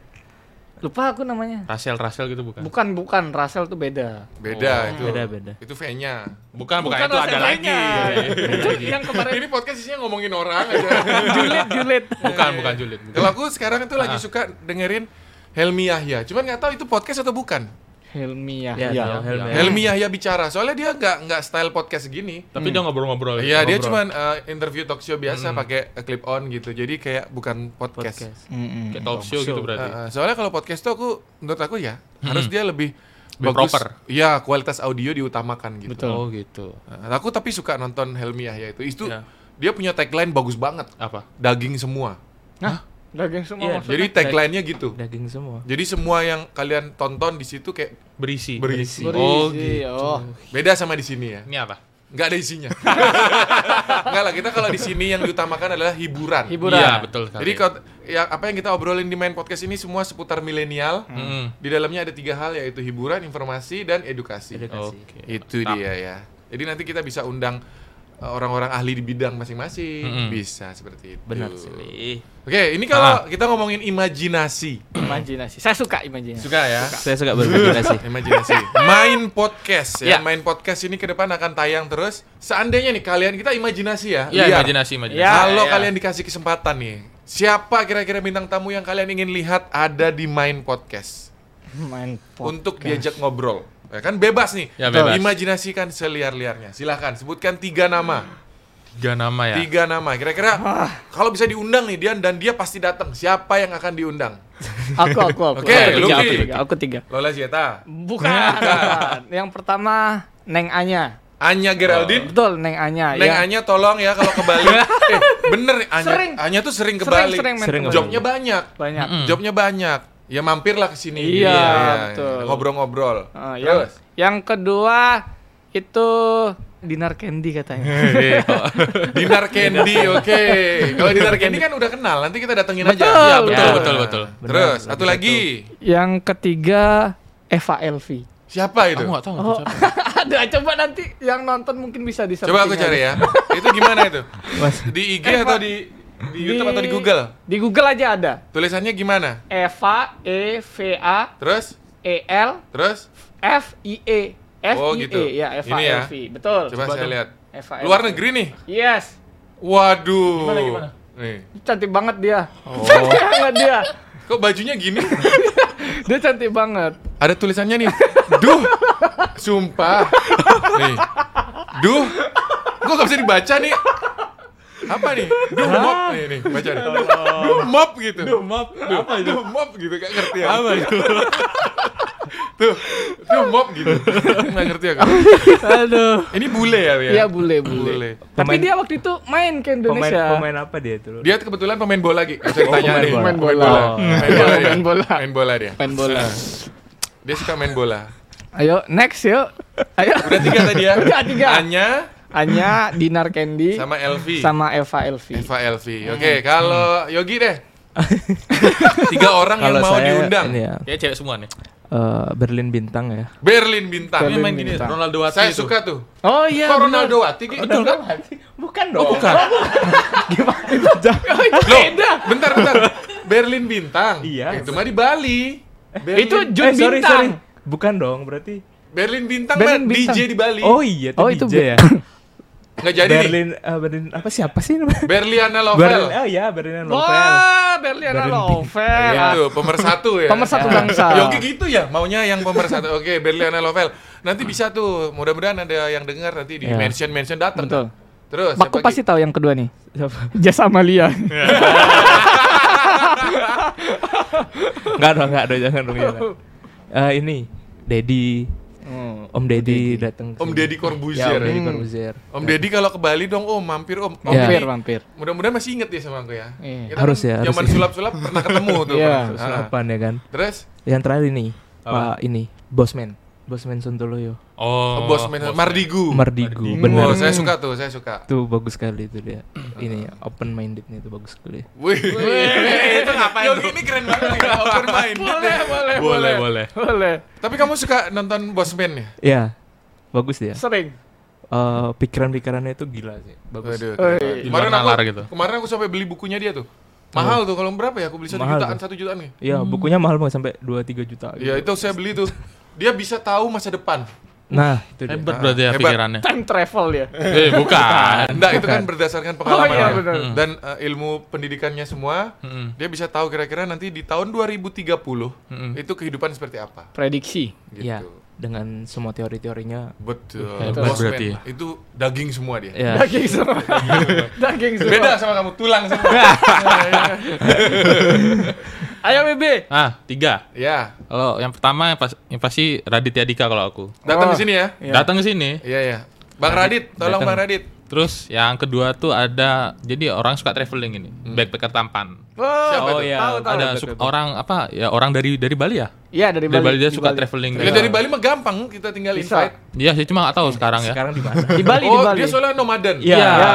S1: Lupa aku namanya.
S3: Rasel Rasel gitu bukan?
S1: Bukan bukan Russell tuh beda.
S2: Beda
S3: Oh.
S2: itu.
S4: Beda, beda.
S2: Itu V-nya.
S3: bukan, bukan,
S1: Bukan
S3: itu ada
S1: Rasel
S3: lagi.
S1: Venya. Itu
S3: Iya, iya,
S1: yang kemarin
S2: Ini podcast isinya ngomongin orang aja.
S1: Juliet Juliet.
S3: bukan bukan julid. bukan.
S2: Kalau aku sekarang tuh lagi
S3: Ah.
S2: suka dengerin Helmi Yahya. Cuman nggak tahu itu podcast atau bukan.
S1: Helmi ya.
S4: Ya,
S3: iya.
S4: tahu, Helmi Yahya.
S2: Helmi Yahya bicara. Soalnya dia nggak nggak style podcast gini.
S3: Tapi dia ngobrol-ngobrol.
S2: Iya, dia
S3: ngobrol.
S2: cuman eh, interview talk show biasa pakai clip on gitu. Jadi kayak bukan podcast.
S4: podcast.
S3: kayak talk show, gitu berarti.
S2: Eh, eh, soalnya kalau podcast tuh aku menurut aku ya harus dia lebih
S3: Lebih
S2: bagus.
S3: proper.
S2: Iya, kualitas audio diutamakan gitu.
S1: Betul.
S3: Oh gitu.
S2: Eh, aku tapi suka nonton Helmi Yahya itu. Itu
S3: Iya.
S2: dia punya tagline bagus banget.
S3: Apa?
S2: Daging semua.
S1: Nah, daging semua
S4: Iya,
S1: maksudnya.
S2: Jadi tagline-nya gitu.
S4: Daging semua.
S2: Jadi semua yang kalian tonton di situ kayak
S3: Berisi.
S2: berisi.
S1: Berisi,
S2: Oh, gitu.
S1: oh.
S2: Beda sama di sini ya.
S3: Ini apa?
S2: Nggak ada isinya. Nggak lah, kita kalau di sini yang diutamakan adalah hiburan.
S1: Hiburan.
S3: Iya, betul sekali.
S2: Jadi kalau ya apa yang kita obrolin di main podcast ini semua seputar milenial.
S3: Mm.
S2: Di dalamnya ada tiga hal yaitu hiburan, informasi, dan edukasi.
S4: Edukasi.
S3: Oke.
S2: Itu
S3: Mantap.
S2: dia ya. Jadi nanti kita bisa undang uh, orang-orang ahli di bidang masing-masing.
S3: Mm-mm.
S2: Bisa seperti itu.
S4: Benar sekali.
S2: Oke, ini kalau kita ngomongin imajinasi.
S1: Imajinasi. Saya suka imajinasi.
S2: Suka ya?
S4: Saya suka berkomunikasi.
S2: Imajinasi. Main podcast ya.
S1: Ya.
S2: Main podcast ini ke depan akan tayang terus. Seandainya nih kalian kita imajinasi ya.
S3: Iya,
S2: liar.
S3: imajinasi, imajinasi.
S1: Ya,
S2: Kalau
S1: ya.
S2: kalian dikasih kesempatan nih, siapa kira-kira bintang tamu yang kalian ingin lihat ada di main podcast
S1: Main
S2: untuk diajak ngobrol? Ya kan bebas nih.
S3: Ya, bebas.
S2: Imajinasikan seliar-liarnya. Silahkan sebutkan tiga nama.
S3: Tiga nama ya.
S2: Tiga nama. Kira-kira kalau bisa diundang nih dia dan dia pasti datang. Siapa yang akan diundang?
S1: Aku aku aku.
S2: Oke,
S1: aku, tiga,
S2: Luffy.
S1: aku tiga, aku tiga.
S2: Lola Sieta,
S1: Bukan. bukan. yang pertama Neng Anya.
S2: Anya Geraldine,
S1: Betul Neng Anya.
S2: Neng
S1: Yang-
S2: Anya tolong ya kalau kebalik. eh, bener nih, Anya.
S1: Sering.
S2: Anya tuh sering
S1: sering
S2: kebalik.
S1: sering main
S4: Sering
S1: kebalik.
S4: kebalik.
S2: Jobnya banyak.
S1: banyak.
S3: Mm.
S2: Jobnya banyak. Ya mampirlah ke sini.
S1: Iya,
S2: Ya,
S1: betul.
S2: Ngobrol-ngobrol.
S1: Ah, yang,
S2: Terus.
S1: yang kedua itu dinar candy katanya.
S2: Dinar Candy, oke. Kalau Dinar Candy kan udah kenal, nanti kita datengin aja.
S1: Betul,
S2: Iya,
S1: betul,
S2: Nah,
S3: betul, betul.
S2: Terus,
S4: Benar,
S2: satu
S4: lagi
S2: lagi.
S1: yang ketiga Eva Elvi.
S2: Siapa itu?
S3: Aku nggak tahu.
S1: Oh.
S3: itu siapa.
S1: Aduh, coba nanti yang nonton mungkin bisa di
S2: Coba aku cari ya. itu gimana itu? Di IG atau di di YouTube atau di Google?
S1: Di Google aja ada.
S2: Tulisannya gimana?
S1: Eva E V A
S2: Terus?
S1: E L
S2: Terus?
S1: F I E F
S2: Oh,
S1: I
S2: gitu.
S1: E ya Eva
S2: Ini ya.
S1: Elvi. Betul.
S2: Coba, saya
S1: dong.
S2: lihat.
S1: Eva
S2: Luar
S1: Elvi.
S2: negeri nih.
S1: Yes.
S2: Waduh.
S3: Gimana, gimana?
S2: Nih.
S1: Cantik banget dia.
S2: Oh.
S1: Cantik banget dia.
S2: Kok bajunya gini?
S1: Dia cantik banget.
S2: Ada tulisannya nih. Duh. Sumpah. Nih. Duh. Gua gak bisa dibaca nih. Apa nih? Duh mop nih nih baca nih. Duh mop gitu. Duh mop. apa itu? Duh mop gitu gak ngerti aku. Apa itu? Duh, duh mop gitu. Gak ngerti aku.
S1: Aduh.
S2: Ini bule ya, ya?
S1: Iya, bule, bule.
S2: Bule.
S1: Tapi
S4: Pemain-
S1: dia waktu itu main ke
S4: Pemain
S1: Indonesia.
S4: pemain apa dia itu? Lu?
S2: Dia kebetulan pemain bola gitu. Bisa ditanya
S4: pemain
S2: nih.
S4: bola.
S2: Pemain
S1: Pemain bola.
S2: bola. Main bola. dia.
S1: Pemain bola.
S2: Main bola dia.
S1: Main bola.
S2: Dia suka main bola.
S1: Ayo next yuk. Ayo.
S2: Udah tiga tadi ya?
S1: Udah tiga.
S2: Anya
S1: Anya, Dinar Candy,
S2: sama Elvi.
S1: sama Hmm. Eva Elvi.
S2: Eva Elvi. Oke, kalau Yogi deh. tiga orang yang
S4: Kalau
S2: mau
S4: saya
S2: diundang.
S4: ini ya,
S3: Kayak cewek semua nih.
S4: eh, Berlin Bintang ya.
S2: Berlin Bintang.
S1: Berlin
S2: Memang
S1: Bintang.
S3: Ronaldo Wati
S2: Saya
S3: itu.
S2: suka tuh.
S1: Oh iya.
S2: Kok
S1: benar.
S2: Ronaldo Wati? Ki?
S4: Bukan dong. bukan.
S1: Oh, itu
S2: Loh,
S1: beda.
S2: bentar bentar. Berlin Bintang.
S4: Iya.
S2: Itu mah di Bali. Berlin,
S1: Itu Jun
S4: Eh, sorry,
S1: Bintang.
S4: sorry. Bukan dong, berarti.
S2: Berlin Bintang,
S1: Berlin
S2: mah
S1: Bintang.
S2: DJ di Bali.
S4: Oh iya,
S1: Oh,
S4: oh,
S1: itu
S4: itu
S1: be-
S4: DJ ya.
S2: Nggak jadi nih.
S4: Berlin eh, Berlin apa siapa sih namanya?
S2: Berliana
S4: Berlin.
S2: Lovell.
S4: Oh iya, Berlin Lovell.
S1: Wah, Berliana
S4: Berlin
S1: Lovell.
S2: Iya tuh, pemersatu ya.
S1: Pemersatu
S2: Ya.
S1: bangsa.
S2: Yogi gitu ya, maunya yang pemersatu. Oke, Berliana Lovell. Nanti bisa tuh, mudah-mudahan ada yang dengar nanti di
S4: Ya.
S2: mention-mention datang.
S1: Betul.
S2: Terus,
S1: Aku
S2: siapa
S1: pasti
S2: lagi?
S1: tahu yang kedua nih.
S4: Siapa?
S1: Jasa Amalia.
S4: Enggak dong, enggak dong, jangan dong. jangan. Eh, ini Dedi, Om Dedi datang.
S2: Om Deddy
S4: Ya,
S2: Corbuzier.
S4: Om
S1: Hmm.
S4: Deddy
S2: Ya,
S4: Corbuzier.
S2: Om Deddy kalau ke Bali dong, Om, mampir Om. Om
S4: Iya.
S1: Mampir,
S2: Deddy,
S1: mampir.
S2: Mudah-mudahan masih inget ya sama aku ya.
S1: Iya.
S2: Kita
S4: Harus
S2: kan
S4: ya, harus
S2: Zaman
S4: ya.
S2: sulap-sulap pernah ketemu tuh.
S1: Iya.
S2: pernah. Ah.
S4: Selapan ya kan.
S2: Terus,
S4: Yang terakhir ini,
S3: Apa?
S4: Pak ini, Bosman. Bosman Sontoloyo.
S3: Oh.
S2: bos main Mardigu.
S4: Merdigu.
S2: Wow,
S4: Benar.
S2: saya suka tuh, saya suka.
S4: Itu bagus sekali itu dia. Ini open mindednya itu bagus sekali.
S2: Wih, itu ngapain? Yogi ini keren banget ya, open mind.
S1: boleh,
S3: Boleh, boleh.
S1: Boleh.
S2: Tapi kamu suka nonton Bosman ya?
S4: Ya, bagus dia.
S1: Sering.
S4: Eh, pikiran-pikirannya itu gila sih. Bagus.
S2: Waduh,
S1: Wih.
S2: keren banget. kemarin
S3: Di luar nalar
S2: aku,
S3: gitu.
S2: Kemarin aku sampai beli bukunya dia tuh. Mahal tuh kalau berapa ya? Aku beli satu
S4: Mahal
S2: jutaan, satu
S4: tuh.
S2: jutaan nih.
S4: Iya, bukunya mahal banget sampai 2 3 juta gitu.
S2: Ya itu saya beli tuh. Dia bisa tahu masa depan.
S4: Nah, itu dia.
S3: Hebat berarti ya
S2: Hebat.
S3: pikirannya.
S1: Time travel ya.
S3: eh, bukan.
S2: Enggak, itu kan berdasarkan
S1: Oh,
S2: pengalaman.
S1: iya,
S2: orang.
S1: benar.
S2: Dan eh, ilmu pendidikannya semua,
S3: Mm-mm.
S2: dia bisa tahu kira-kira nanti di tahun 2030 itu kehidupan seperti apa.
S1: Prediksi.
S2: Gitu.
S4: Iya, dengan semua teori-teorinya.
S2: Betul.
S3: Hebat
S2: Bosman,
S3: berarti ya.
S2: Itu daging semua dia.
S4: Ya.
S1: Daging semua. Daging semua.
S2: Beda sama kamu tulang semua.
S1: Ayo BB.
S3: Ah, tiga.
S2: ya,
S3: Kalau yang pertama yang, pas- yang pasti Raditya Dika kalau aku.
S2: datang
S1: Oh.
S2: ke sini ya.
S1: Iya.
S3: Datang ke sini.
S2: Iya ya. Bang Radit, tolong
S4: datang.
S2: Bang Radit.
S3: Terus yang kedua tuh ada jadi orang suka traveling ini, backpacker tampan.
S1: Oh,
S2: Siapa
S4: Oh
S2: itu?
S4: iya,
S1: Tahu, tahu.
S3: ada
S4: betul,
S3: suka-
S4: betul.
S3: orang apa ya orang dari dari Bali ya?
S1: Iya dari
S3: Dari
S1: Bali.
S3: Bali, dia
S1: di
S3: suka
S1: Bali.
S3: traveling.
S2: Ya, dari Bali mah gampang, kita tinggal
S1: Bisa.
S2: invite.
S3: Iya, saya cuma nggak tahu sekarang
S2: Iya.
S3: ya.
S4: Sekarang di mana?
S1: Di Bali, di
S2: oh,
S1: Bali.
S2: dia soalnya nomaden.
S4: Iya.
S1: Ya.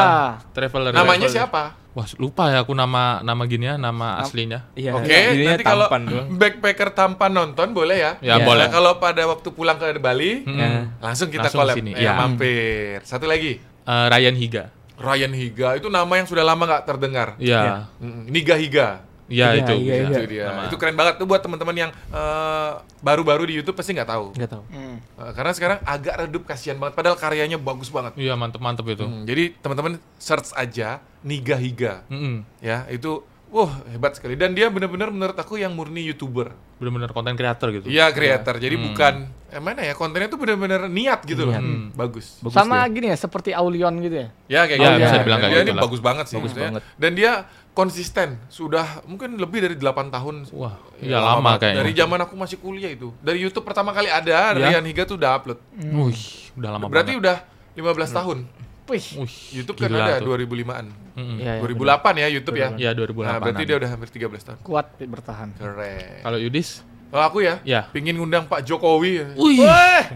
S3: Traveler.
S2: Namanya
S3: traveler.
S2: siapa?
S3: Wah, lupa ya aku nama nama gini ya, nama aslinya.
S4: Iya.
S2: Oke, nanti
S4: jadinya
S2: kalau
S4: tampan doang.
S2: backpacker tampan nonton boleh ya?
S3: Ya,
S4: Ya.
S3: boleh.
S2: Nah, kalau pada waktu pulang ke Bali,
S3: Mm.
S4: Ya.
S2: langsung kita
S3: Langsung
S2: collab.
S3: sini,
S2: Ya,
S3: ya.
S2: mampir. Satu lagi,
S3: Eh, Ryan Higa.
S2: Ryan Higa itu nama yang sudah lama nggak terdengar.
S3: Iya.
S4: Ya.
S2: Mm, Niga Higa.
S3: Iya,
S4: Iya,
S3: itu.
S4: iya,
S3: bisa.
S4: iya.
S2: Itu dia.
S3: Nama.
S2: Itu keren banget tuh buat teman-teman yang eh, baru-baru di YouTube pasti nggak tahu.
S4: Enggak tahu.
S1: Hmm.
S2: Eh, karena sekarang agak redup kasihan banget padahal karyanya bagus banget.
S3: Iya, mantep-mantep itu.
S2: Mm, jadi teman-teman search aja Niga Higa
S3: Mm-mm.
S2: ya itu Wah hebat sekali dan dia benar-benar menurut aku yang murni youtuber,
S3: Bener-bener konten kreator gitu.
S2: iya creator jadi bukan eh, mana ya kontennya tuh benar-benar niat gitu loh, Mm,
S3: Hmm.
S2: bagus.
S4: Bagus
S1: Sama
S4: dia.
S1: gini ya, seperti Aulion gitu ya.
S2: Ya kayak
S3: Ya,
S2: gitu.
S1: bisa
S2: Ya.
S3: dibilang kayak
S2: dia
S3: gitu
S2: ini
S3: lah.
S2: bagus banget sih maksudnya.
S4: banget.
S2: Dan dia konsisten sudah mungkin lebih dari 8 tahun.
S3: Wah, iya, lama
S2: banget.
S3: kayaknya.
S2: Dari zaman aku masih kuliah itu. Dari YouTube pertama kali ada
S3: Iya.
S2: Rian Higa tuh udah upload.
S3: Hmm. Wih, udah lama
S2: Berarti
S3: banget.
S2: udah 15 tahun.
S1: Wih.
S3: Wih,
S2: YouTube kan
S3: gila
S2: ada
S3: tuh.
S2: 2005-an.
S3: Mm-mm.
S4: Iya, iya,
S2: 2008 ya YouTube ya.
S3: Iya, 2008.
S2: Nah, berarti dia udah hampir 13 tahun.
S1: Kuat bertahan.
S2: Keren.
S3: Kalau Yudis?
S2: Kalau aku ya,
S3: Ya.
S2: pingin ngundang Pak Jokowi. ya.
S3: Wih,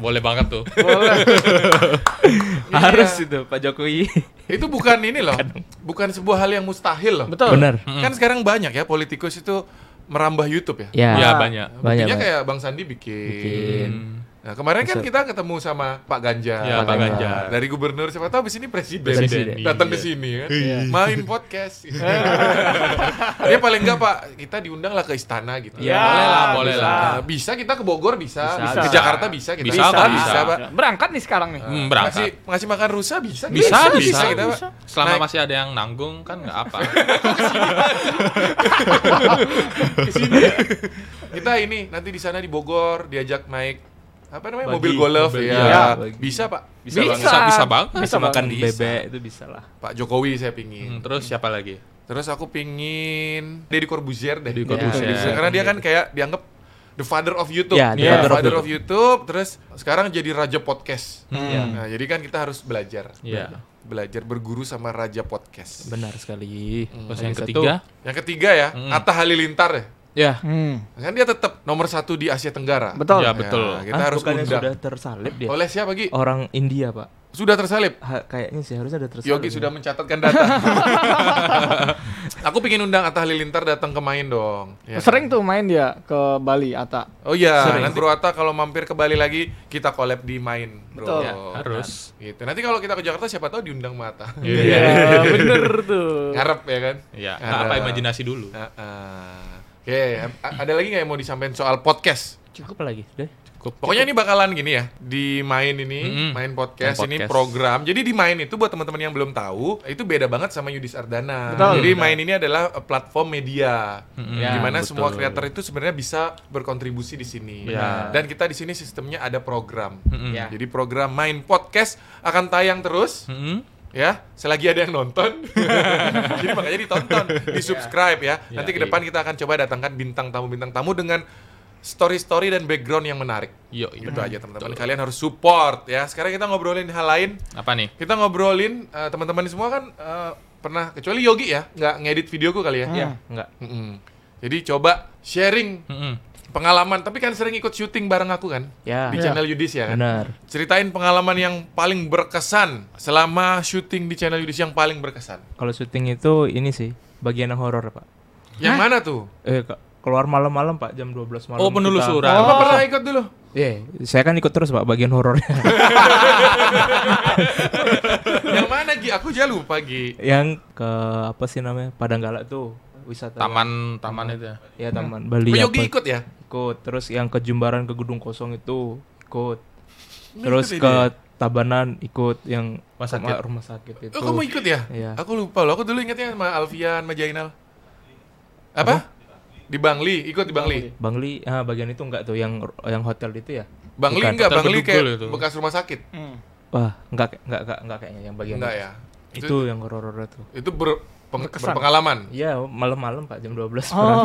S3: boleh banget tuh.
S2: Iya.
S4: Harus itu Pak Jokowi.
S2: Itu bukan ini loh. Bukan sebuah hal yang mustahil loh.
S1: Betul.
S4: Benar.
S2: Kan sekarang banyak ya politikus itu merambah YouTube ya.
S4: Ya.
S3: Iya, banyak.
S4: Banyak,
S2: Buktinya
S4: Pak.
S2: kayak Bang Sandi bikin.
S4: Bikin.
S2: Nah, kemarin kan kita ketemu sama Pak Ganjar.
S3: Iya, Pak Ganjar.
S2: Dari gubernur siapa tahu abis ini presiden.
S4: Presiden.
S2: Datang
S3: Iya.
S2: ke sini kan. Main podcast. Dia paling enggak Pak, kita diundang lah ke istana gitu.
S1: Ya,
S4: Iya.
S3: boleh lah, boleh
S2: Bisa.
S3: lah.
S2: Nah, Bisa kita ke Bogor bisa,
S4: Bisa.
S2: ke Jakarta bisa kita.
S3: Bisa, Pak, bisa.
S2: Pak.
S1: Berangkat nih sekarang nih.
S3: Hmm,
S2: Ngasih,
S3: berangkat.
S2: ngasih makan rusa bisa
S3: Bisa, bisa,
S2: bisa, kita,
S3: bisa.
S2: Pak.
S3: Selama
S2: Naik-
S3: masih ada yang nanggung kan nggak apa.
S2: kita ini nanti di sana di Bogor diajak naik apa namanya mobil
S4: Bagi,
S2: golf
S4: mobil.
S2: ya.
S4: Iya.
S2: Bisa Pak.
S3: bisa,
S4: Bisa banget.
S3: bisa, bisa banget.
S4: Bisa makan
S2: Bisa.
S4: bebek itu bisa lah.
S2: Pak Jokowi saya
S3: Hmm,
S2: pingin.
S3: terus siapa lagi?
S2: Terus aku pingin Deddy Corbuzier deh. Iya,
S3: Deddy Corbuzier.
S2: bisa. Karena dia kan kayak dianggap the father of YouTube.
S4: Iya, the
S2: Iya,
S4: father of
S2: father of YouTube. Terus sekarang jadi raja podcast.
S4: Iya.
S2: Nah, jadi kan kita harus belajar.
S3: Hmm. Iya.
S2: Belajar berguru sama raja podcast.
S4: Benar sekali.
S3: Terus
S4: Ada
S3: yang
S4: satu.
S3: ketiga?
S2: Hmm, Yang ketiga ya, Atta Halilintar ya.
S3: Ya,
S1: Hmm.
S2: Kan dia tetap nomor satu di Asia Tenggara. Nah,
S1: Betul.
S3: Ya, betul.
S2: kita
S4: Ah,
S2: harus
S4: bukannya
S2: undang.
S4: sudah Iya. Oh. tersalib dia.
S2: Oleh siapa Gi?
S4: Orang India, Pak.
S2: Sudah tersalib.
S4: Ha- kayaknya sih harusnya ada tersalib. ya.
S2: Yogi sudah mencatatkan data. Aku pingin undang Atta Halilintar datang ke main dong. Ya.
S1: Sering tuh main dia ke Bali, Ata.
S2: Oh iya, nanti Bro Atta kalau mampir ke Bali lagi kita collab di main, Bro.
S1: Betul.
S2: Ya,
S3: harus.
S2: Gitu. Nanti kalau kita ke Jakarta siapa tahu diundang sama Atta. Ya.
S1: Iya, bener tuh.
S2: Ngarep ya kan?
S3: Iya,
S2: Ngarep.
S3: apa imajinasi dulu.
S2: Ah, ah. Oke, a- ada lagi nggak yang mau disampaikan soal podcast?
S4: Cukup lagi, deh.
S2: Pokoknya ini bakalan gini ya, di main ini,
S3: Mm-mm.
S2: main podcast,
S3: Main
S2: ini
S3: podcast.
S2: program. Jadi di main itu buat teman-teman yang belum tahu, itu beda banget sama Yudis Ardana.
S1: Betul.
S2: Jadi main ini adalah eh, platform media,
S4: Ya,
S2: dimana
S4: betul.
S2: semua kreator itu sebenarnya bisa berkontribusi di sini.
S3: Ya.
S2: Dan kita di sini sistemnya ada program.
S3: Mm-mm.
S2: Jadi program main podcast akan tayang terus.
S3: Mm-mm.
S2: Ya, selagi ada yang nonton, jadi makanya ditonton, di subscribe ya. Nanti ke
S3: iya.
S2: depan kita akan coba datangkan bintang tamu bintang tamu dengan story-story dan background yang menarik.
S3: Yo,
S2: Gitu
S4: Hmm.
S2: aja teman-teman. Kalian harus support ya. Sekarang kita ngobrolin hal lain.
S3: Apa nih?
S2: Kita ngobrolin eh, teman-teman semua kan eh, pernah kecuali Yogi ya, nggak ngedit videoku kali ya.
S4: Ya, enggak.
S2: Mm-mm. Jadi coba sharing
S3: Mm-mm.
S2: pengalaman. Tapi kan sering ikut syuting bareng aku kan
S4: Ya.
S2: di
S4: Ya.
S2: channel Yudis ya kan.
S4: Benar.
S2: Ceritain pengalaman yang paling berkesan selama syuting di channel Yudis yang paling berkesan.
S4: Kalau syuting itu ini sih bagian yang horor, Pak.
S2: Yang mana tuh?
S4: Eh, ke- keluar malam-malam, Pak, jam 12 malam.
S3: Oh,
S4: kita-
S3: penelusuran.
S2: Apa pernah ikut dulu?
S4: Iya, saya kan ikut terus, Pak, bagian horornya.
S2: yang mana Gi? Aku aja lupa Gi.
S4: yang ke apa sih namanya? Padang Galak tuh. wisata
S3: Taman taman itu ya.
S4: ya taman Bali
S2: Oh, Yogi
S4: apa-
S2: ikut ya?
S4: ikut terus yang ke Jembaran ke Gedung Kosong itu ikut
S2: Ikut ya
S4: terus ke
S2: dia?
S4: Tabanan ikut yang
S3: Rumah sakit.
S4: rumah- rumah sakit itu
S2: Oh, kamu ikut ya?
S4: Iya.
S2: Aku lupa loh. Aku dulu ingatnya sama Alfian, sama Jainal. Apa? Di Bangli, ikut di Bangli.
S4: Bangli ah bagian itu enggak tuh yang yang hotel itu ya
S2: Bangli
S4: Bukan,
S2: enggak,
S3: hotel
S2: Bangli kayak
S3: Bedugul itu.
S2: bekas rumah sakit.
S4: wah enggak enggak enggak, enggak kayaknya yang bagian
S2: Enggak ya?
S4: itu, yang horor tuh
S2: Itu ber- peng- berpengalaman.
S4: Iya, malam-malam Pak jam 12.
S2: Oh.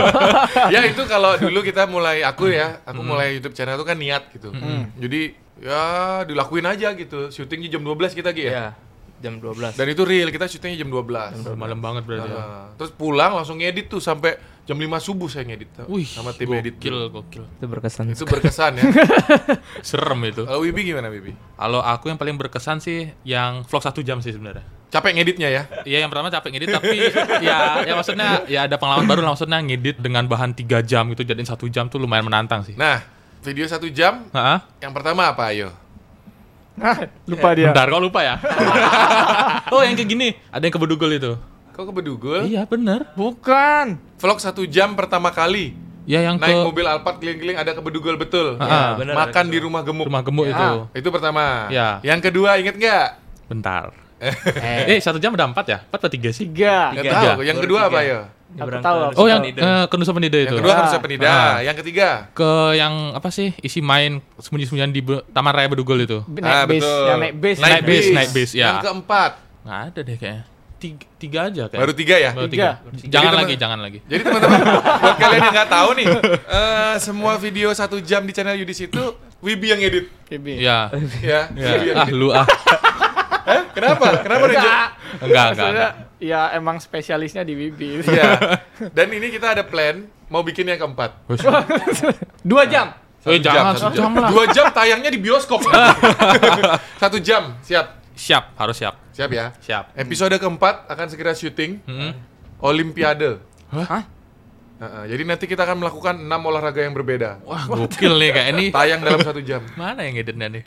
S2: ya itu kalau dulu kita mulai aku ya, aku mulai YouTube channel itu kan niat gitu. Jadi ya dilakuin aja gitu. Syutingnya jam 12 kita gitu ya.
S4: Iya, jam 12.
S2: Dan itu real, kita syutingnya jam 12.
S3: Udah Malam banget berarti. ya.
S2: Nah, terus pulang langsung ngedit tuh sampai jam 5 subuh saya ngedit.
S3: Wih,
S2: sama tim edit.
S3: gokil, gokil.
S4: Itu berkesan.
S2: Itu berkesan ya.
S3: Serem itu.
S2: Kalau Wibi gimana Wibi?
S3: Kalau aku yang paling berkesan sih yang vlog satu jam sih sebenarnya.
S2: Capek ngeditnya ya?
S3: Iya yang pertama capek ngedit tapi ya ya maksudnya ya ada pengalaman baru lah, maksudnya ngedit dengan bahan tiga jam gitu jadiin satu jam tuh lumayan menantang sih.
S2: Nah, video satu jam,
S3: Heeh.
S2: yang pertama apa ayo?
S1: Ah, lupa
S2: Iya.
S1: dia.
S3: Bentar kau lupa ya. oh yang kayak gini ada yang ke Bedugul itu.
S2: Kau ke Bedugul?
S3: Iya bener.
S1: Bukan.
S2: Vlog satu jam pertama kali.
S3: Ya yang
S2: Naik
S3: ke
S2: mobil Alphard keliling-keliling ada ke Bedugul betul.
S3: Ah,
S4: bener,
S2: Makan
S4: ada
S2: di rumah gemuk.
S3: rumah gemuk itu.
S2: Itu pertama.
S3: Ya.
S2: Yang kedua inget nggak?
S3: Bentar. eh satu jam ada empat ya? Empat atau tiga sih?
S1: Tiga.
S2: Nggak
S4: Tiga.
S2: tahu. Yang
S4: Baru
S2: kedua
S4: tiga.
S2: apa ayo?
S4: Di
S1: Aku
S4: Berangkal
S1: tahu, aku
S4: ada
S3: Oh
S1: tahu.
S3: yang
S4: Sunda.
S3: eh, ke Nusa Penida
S2: Yang
S3: itu.
S2: kedua
S1: Ah.
S2: harusnya penida.
S3: Ah.
S2: Yang ketiga?
S3: Ke yang apa sih isi main sembunyi-sembunyian di Be- Taman Raya Bedugul itu.
S1: Naik base, yang naik base.
S3: Naik base.
S2: base,
S3: naik base, ya.
S2: Yang keempat.
S3: Nggak ada deh kayaknya. Tiga, tiga aja kayaknya.
S2: Baru tiga ya?
S3: Baru
S1: Tiga.
S3: tiga. Jangan
S2: Jadi
S3: lagi,
S2: teman-
S3: jangan lagi.
S2: Jadi teman-teman, buat kalian yang nggak tahu nih, eh, semua video satu jam di channel Yudis itu Wibi yang edit,
S1: Bibi.
S3: Iya.
S2: ya. Wibi
S3: Ya.
S2: yang
S3: Ah
S2: edit.
S3: lu ah.
S2: Hah? Kenapa? Kenapa Renjo?
S1: Enggak.
S3: Enggak, enggak.
S1: Maksudnya,
S3: enggak.
S1: ya emang spesialisnya di Bibi.
S2: Iya. Dan ini kita ada plan mau bikin yang keempat.
S3: Wes.
S1: Dua jam.
S3: Eh jangan satu jam lah.
S2: Dua jam tayangnya di bioskop. satu jam, siap,
S3: Siap, harus siap.
S2: siap ya.
S3: Siap.
S2: Episode keempat akan segera syuting
S3: Mm-mm.
S2: Olimpiade.
S1: Hah?
S2: Heeh, jadi nanti kita akan melakukan enam olahraga yang berbeda.
S3: Wah, gokil nih kayak ini.
S2: Tayang dalam satu jam.
S3: Ah, Mana yang ngeditnya nih?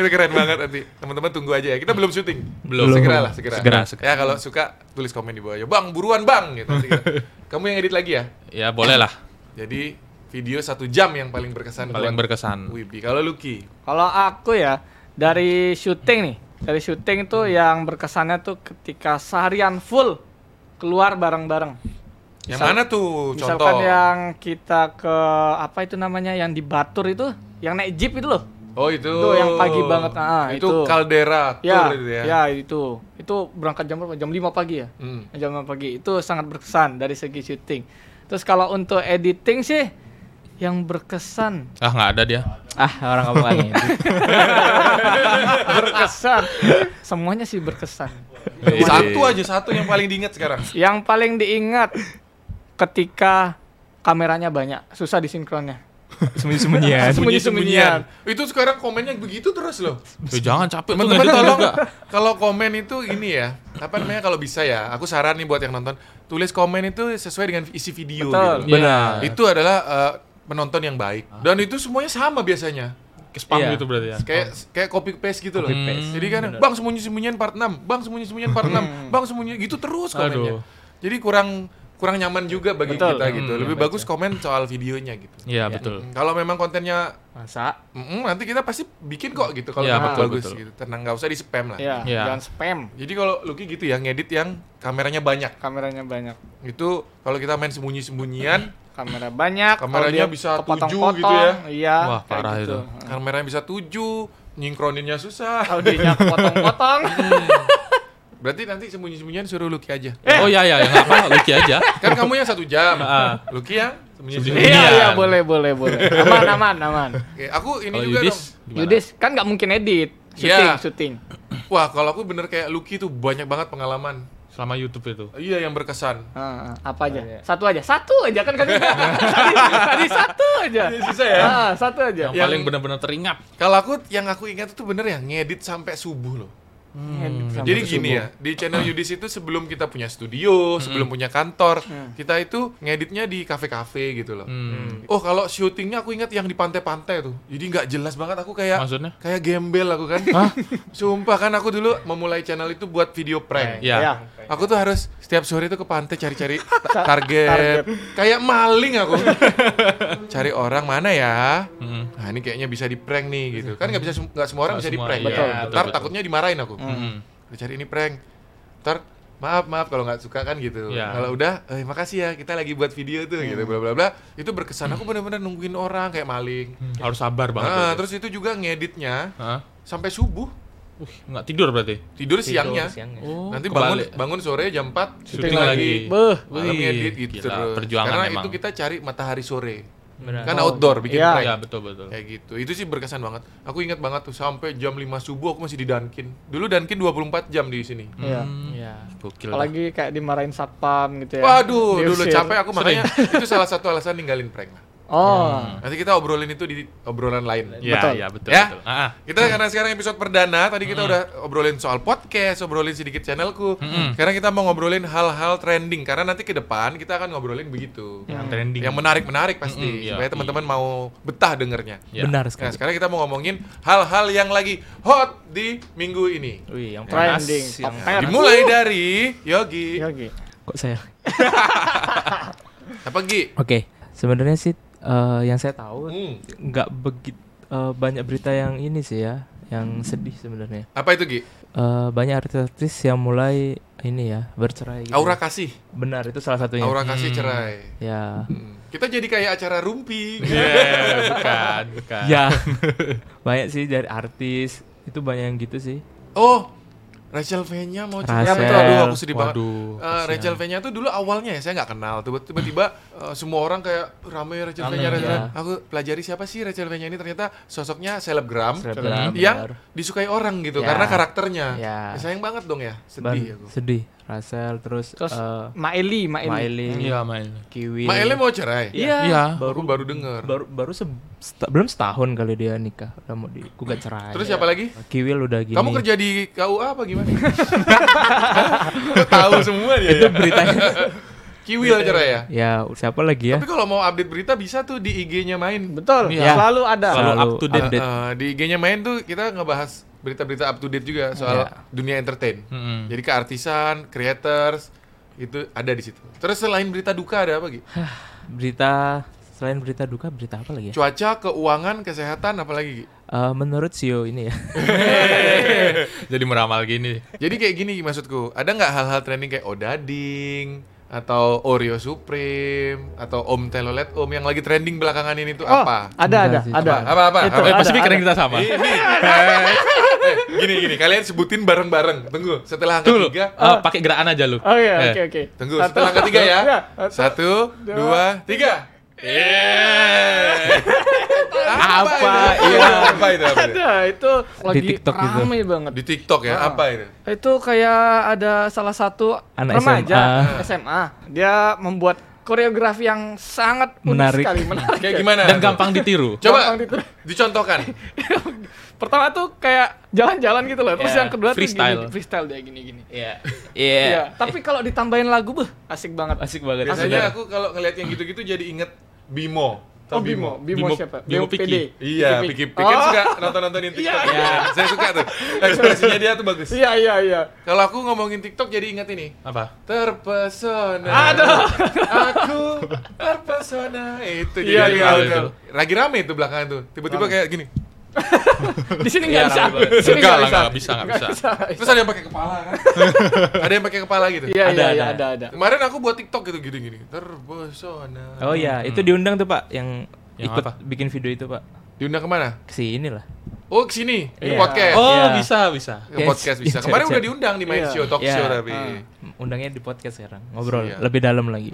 S2: Ini keren banget nanti. Teman-teman tunggu aja ya. Kita belum syuting.
S3: Belum.
S2: Segera lah, segera.
S3: Segera, segera.
S2: Ya kalau suka tulis komen di bawah ya. Bang, buruan bang. Gitu. Nanti kita- Kamu yang edit lagi ya.
S3: Ya boleh lah.
S2: Jadi video satu jam yang paling berkesan.
S3: Paling
S2: buat
S1: Hmm.
S3: berkesan.
S2: Wibi. Kalau Lucky,
S1: Kalau aku ya dari syuting nih, dari syuting tuh yang berkesannya tuh ketika seharian full keluar bareng-bareng.
S2: yang
S1: Misal-
S2: mana tuh
S1: Misalkan ya,
S2: contoh?
S1: yang kita ke apa itu namanya yang di Batur itu, yang naik jeep itu loh.
S2: Oh itu.
S1: Itu yang pagi banget, ah,
S2: itu,
S1: itu.
S2: kaldera tour
S1: Ya,
S2: itu
S1: ya,
S2: ya.
S1: itu. Itu berangkat jam berapa? Jam 5 pagi ya.
S2: Hmm.
S1: Jam 5 pagi itu sangat berkesan dari segi syuting. Terus kalau untuk editing sih yang berkesan
S3: Ah nggak ada dia.
S4: Ah, orang kampung itu.
S1: berkesan semuanya sih berkesan
S3: Iya,
S2: Satu aja satu yang paling diingat sekarang.
S1: yang paling diingat ketika kameranya banyak susah disinkronnya
S2: ya.
S4: Ya, Sembunyi-sembunyian.
S1: Sembunyi-sembunyian.
S2: Itu sekarang komennya begitu terus loh.
S3: Eh, jangan capek tuh
S2: Teman-teman
S3: ngeditnya
S2: tolong
S3: juga.
S2: kalau komen itu ini ya, apa namanya kalau bisa ya, aku saran nih buat yang nonton, tulis komen itu sesuai dengan isi video
S1: Betul. Ah.
S2: gitu.
S4: Benar.
S3: Iya.
S2: Itu adalah eh, penonton yang baik. Dan itu semuanya sama biasanya.
S3: Ke spam
S4: Iya.
S3: gitu berarti ya.
S2: Kayak kayak copy paste gitu loh.
S3: Copy paste.
S2: Jadi kan Bang sembunyi-sembunyian part 6, Bang sembunyi-sembunyian part 6, Bang sembunyi gitu terus komennya.
S3: Hmm. Aduh.
S2: Jadi kurang kurang nyaman juga bagi
S1: Betul.
S2: kita gitu.
S3: Hmm,
S2: Lebih bagus komen soal videonya gitu.
S3: Iya betul.
S2: Kalau memang kontennya
S4: Masa?
S2: mm, nanti kita pasti bikin kok gitu kalau
S3: Iya,
S2: memang
S3: betul,
S2: bagus
S3: betul.
S2: gitu. Tenang nggak usah di spam lah.
S1: ya
S3: Iya.
S1: jangan spam
S2: Jadi kalau Lucky gitu ya ngedit yang kameranya banyak.
S1: kameranya banyak
S2: Itu kalau kita main sembunyi-sembunyian,
S1: kamera banyak kalau dia
S2: Kameranya bisa tujuh
S1: kepotong-potong,
S2: gitu ya.
S1: iya
S3: Wah,
S1: kayak
S3: parah itu.
S2: kameranya bisa tujuh, nyingkroninnya susah.
S1: audionya potong-potong
S2: Berarti nanti sembunyi-sembunyian suruh Lucky aja.
S3: Oh iya iya ya nggak apa-apa, Lucky aja.
S2: Kan kamu yang satu jam,
S3: Ah,
S2: Lucky ya, yang sembunyi-sembunyian.
S1: iya
S3: Sembunyian.
S1: iya boleh boleh boleh aman aman aman
S2: Oke, aku ini
S3: Kalau
S2: juga
S3: Yudis gimana?
S1: Yudis kan nggak mungkin edit syuting
S2: Iya.
S1: syuting
S2: dong. Wah, kalau aku bener kayak Lucky tuh banyak banget pengalaman.
S3: selama YouTube itu.
S2: Iya, yang berkesan.
S1: Ah, ah, apa
S2: Oh,
S1: aja?
S2: iya.
S1: Satu aja. Satu aja kan kan tadi, tadi satu aja.
S2: susah ya?
S1: Ah, satu aja.
S3: Yang,
S2: Yang-
S3: paling benar-benar teringat.
S2: Kalau aku yang aku ingat itu bener ya ngedit sampai subuh loh.
S1: Ngedit sampai
S2: Jadi
S1: subuh.
S2: gini ya, di channel Yudis itu sebelum kita punya studio, sebelum punya kantor,
S1: Iya.
S2: kita itu ngeditnya di kafe-kafe gitu loh.
S3: Hmm.
S2: Oh kalau syutingnya aku ingat yang di pantai-pantai tuh, jadi nggak jelas banget aku kayak
S3: Maksudnya?
S2: kayak gembel aku kan. Sumpah kan aku dulu memulai channel itu buat video prank.
S3: Ya.
S4: Iya.
S1: Ya.
S2: Aku tuh harus setiap sore tuh ke pantai cari-cari ta- target. Kayak maling aku. Cari orang mana ya?
S3: Mm-mm.
S2: Nah, ini kayaknya bisa di prank nih gitu. Kan nggak bisa sem- nggak semua orang bisa
S3: Hmm. Nggak
S2: di
S3: semua,
S2: prank.
S3: iya,
S2: Betul.
S3: betul,
S2: Ntar
S3: betul. Hmm.
S2: takutnya dimarahin aku. Hmm.
S3: Mm-mm.
S2: Udah cari ini prank. Ntar maaf maaf kalau nggak suka kan gitu.
S3: Iya. Hmm.
S2: Kalau udah, eh makasih ya kita lagi buat video tuh gitu bla bla bla. Itu berkesan aku bener-bener nungguin orang kayak maling.
S3: Hmm. Harus sabar banget.
S2: Nah,
S3: berarti.
S2: terus itu juga ngeditnya
S3: Hah?
S2: sampai subuh
S3: Uh, nggak tidur berarti.
S2: tidur, siangnya.
S3: Oh,
S2: Nanti bangun
S3: kebalik.
S2: bangun sore jam 4
S3: Syuting lagi.
S1: Beuh.
S2: Malam
S3: Wih,
S2: ngedit gitu
S3: gila,
S2: terus.
S3: perjuangan
S2: Karena
S3: emang.
S2: itu kita cari matahari sore.
S4: Benar.
S2: Kan
S1: Oh.
S2: outdoor bikin
S1: Iya.
S2: prank.
S3: Ya betul betul.
S2: Kayak gitu. Itu sih berkesan banget. Aku ingat banget tuh sampai jam 5 subuh aku masih di Dunkin. Dulu Dunkin 24 jam di sini.
S1: Iya.
S3: Hmm.
S4: Iya.
S3: Gokil. dah.
S1: Apalagi kayak dimarahin satpam gitu ya.
S2: Waduh,
S1: Diusir.
S2: dulu capek aku makanya itu salah satu alasan ninggalin prank.
S1: Oh.
S2: Nanti kita obrolin itu di obrolan lain.
S3: Ya,
S1: Betul.
S3: ya betul.
S2: Ya?
S3: betul. Ah, ah.
S2: Kita karena sekarang episode perdana, tadi kita udah obrolin soal podcast, obrolin sedikit channelku. Sekarang kita mau ngobrolin hal-hal trending karena nanti ke depan kita akan ngobrolin begitu.
S1: Iya.
S3: yang trending.
S2: Yang menarik-menarik pasti
S3: Mm-mm, iya.
S2: supaya teman-teman mau betah dengernya.
S3: Ya.
S2: Nah,
S4: Benar Iya, sekali.
S2: sekarang kita mau ngomongin hal-hal yang lagi hot di minggu ini.
S4: Wih, yang panas.
S1: Trending.
S4: yang-
S1: Topet.
S2: Dimulai dari Yogi.
S1: Iya, Gi.
S4: Kok saya?
S2: Apa Gi?
S4: Oke, sebenarnya sih eh, yang saya tahu
S2: Hmm.
S4: nggak begitu banyak berita yang ini sih ya, yang sedih sebenarnya.
S2: Apa itu Gi?
S4: Eh, banyak artis-artis yang mulai ini ya bercerai. gitu.
S2: Aura kasih.
S4: Benar itu salah satunya.
S2: Aura kasih cerai.
S4: Ya.
S2: Hmm. Kita jadi kayak acara rumpi.
S3: Yeah, bukan, kan?
S2: Nah.
S3: bukan.
S4: Ya. banyak sih dari artis itu banyak yang gitu sih.
S2: Oh, Rachel Venya mau cerai.
S4: Rachel.
S2: Betul, Aduh, aku sedih banget.
S3: Waduh,
S2: Eh, Rachel Venya tuh dulu awalnya ya saya nggak kenal tuh tiba-tiba eh, semua orang kayak rame Rachel
S3: Rame,
S2: Venya. Rachel
S4: iya.
S2: Venya. Aku pelajari siapa sih Rachel Venya ini ternyata sosoknya selebgram,
S4: Selebgram,
S2: yang
S4: benar.
S2: disukai orang gitu
S4: Ya.
S2: karena karakternya.
S4: Ya.
S2: Ya, sayang banget dong ya,
S4: Ban-
S2: sedih aku.
S4: sedih. Russell terus,
S1: Terus
S4: eh,
S1: Maeli, Maeli.
S4: Miley,
S3: Iya main.
S4: Kiwi.
S2: Mak Ele mau cerai.
S4: Iya.
S3: Iya.
S2: Baru baru denger.
S4: Baru baru se- seta- belum setahun kali dia nikah, udah mau digugat cerai.
S2: Terus siapa lagi?
S4: Kiwil udah Iya. gini.
S2: Kamu kerja di KUA apa gimana? Kok Tahu semua dia ya.
S4: beritanya.
S2: Kiwil cerai ya.
S4: ya, siapa lagi ya?
S2: Tapi kalau mau update berita bisa tuh di IG-nya main.
S1: Betul.
S3: Iya.
S1: Selalu ada.
S3: Selalu. up to date.
S4: update.
S2: Eh, di IG-nya main tuh kita ngebahas berita-berita up to date juga soal
S4: Iya.
S2: dunia entertain.
S3: Mm-mm.
S2: Jadi keartisan, creators itu ada di situ. Terus selain berita duka ada apa gitu?
S4: Berita selain berita duka, berita apa lagi ya?
S2: Cuaca, keuangan, kesehatan apalagi Gi?
S4: Eh, menurut CEO ini ya.
S3: Jadi meramal gini.
S2: Jadi kayak gini Gi, maksudku, ada nggak hal-hal trending kayak Odading atau Oreo Supreme atau Om Telolet Om yang lagi trending belakangan ini tuh
S1: Oh,
S2: apa?
S1: ada
S4: Enggak
S1: ada
S4: sih,
S1: ada.
S2: cuma- apa, apa,
S1: Itu,
S2: apa?
S1: ada,
S3: Eh, Pasti pikiran
S1: ada.
S3: kita sama.
S2: Ini, eh, eh, gini gini kalian sebutin bareng-bareng. Tunggu setelah angka
S3: Tuh, lu,
S2: tiga.
S3: eh, pakai gerakan aja lu.
S1: Oh iya,
S3: Eh,
S1: oke oke.
S2: Tunggu
S1: Satu,
S2: setelah angka tiga ya.
S1: Iya,
S2: Satu, dua, tiga.
S4: Apa
S2: itu? Iya, Apa itu? Apa itu?
S1: Ada Iya, itu lagi
S4: TikTok gitu.
S1: rame banget.
S2: Di TikTok ya? Apa itu?
S1: Itu kayak ada salah satu
S4: Anak
S1: remaja SMA. Dia membuat koreografi yang sangat unik
S4: Menarik.
S1: sekali menarik.
S2: Kayak gimana?
S3: Dan
S2: tuh?
S3: gampang ditiru.
S2: Coba
S1: Gampang ditiru.
S2: dicontohkan.
S1: Pertama tuh kayak jalan-jalan gitu loh. Terus
S3: Iya,
S1: yang kedua
S3: freestyle.
S1: tuh gini, freestyle dia gini-gini.
S4: Iya.
S1: Iya,
S4: Iya.
S1: tapi kalau ditambahin lagu beh asik banget.
S4: Asik banget.
S2: Biasanya aku kalau ngeliat yang gitu-gitu jadi inget Bimo. Tau
S1: Oh Bimo, Bimo,
S3: Bimo-
S1: siapa?
S3: Bimo
S1: BPD.
S3: Piki.
S2: Iya,
S1: Piki.
S2: Piki Piki kan
S1: Oh,
S2: suka nonton-nontonin TikTok.
S1: Iya.
S2: Iya, saya suka tuh. Ekspresinya dia tuh bagus.
S1: Iya iya iya.
S2: Kalau aku ngomongin TikTok jadi inget ini.
S3: Apa?
S2: Terpesona.
S1: Aduh.
S2: Aku terpesona. Itu
S1: Iya,
S2: jadi
S1: iya,
S2: hal
S3: betul.
S2: itu. Lagi rame itu belakangan tuh. Tiba-tiba kayak gini.
S1: Di sini nggak Ah, bisa. Di sini
S3: Enggak lah, nggak bisa, nggak bisa.
S2: Terus ada yang pakai kepala kan? ada yang pakai kepala gitu.
S1: Iya iya
S4: Ada,
S1: iya, ada
S4: ada.
S1: ada.
S2: Kemarin aku buat TikTok gitu gini-gini. Terpesona.
S4: Oh iya, itu diundang tuh Pak yang,
S3: Yang
S4: ikut
S3: apa?
S4: bikin video itu Pak.
S2: Diundang kemana?
S4: Ke sini lah.
S2: Oh, ke sini.
S1: Iya.
S2: Ke podcast.
S3: Oh,
S4: Iya.
S3: bisa, bisa.
S2: Ke podcast
S4: Yes.
S2: bisa.
S4: Iya,
S2: Kemarin
S4: iya.
S2: udah diundang di main
S1: Iya.
S2: show, talk
S4: Iya.
S2: show tapi.
S4: Undangnya di podcast sekarang, ngobrol
S2: Iya.
S4: lebih dalam lagi.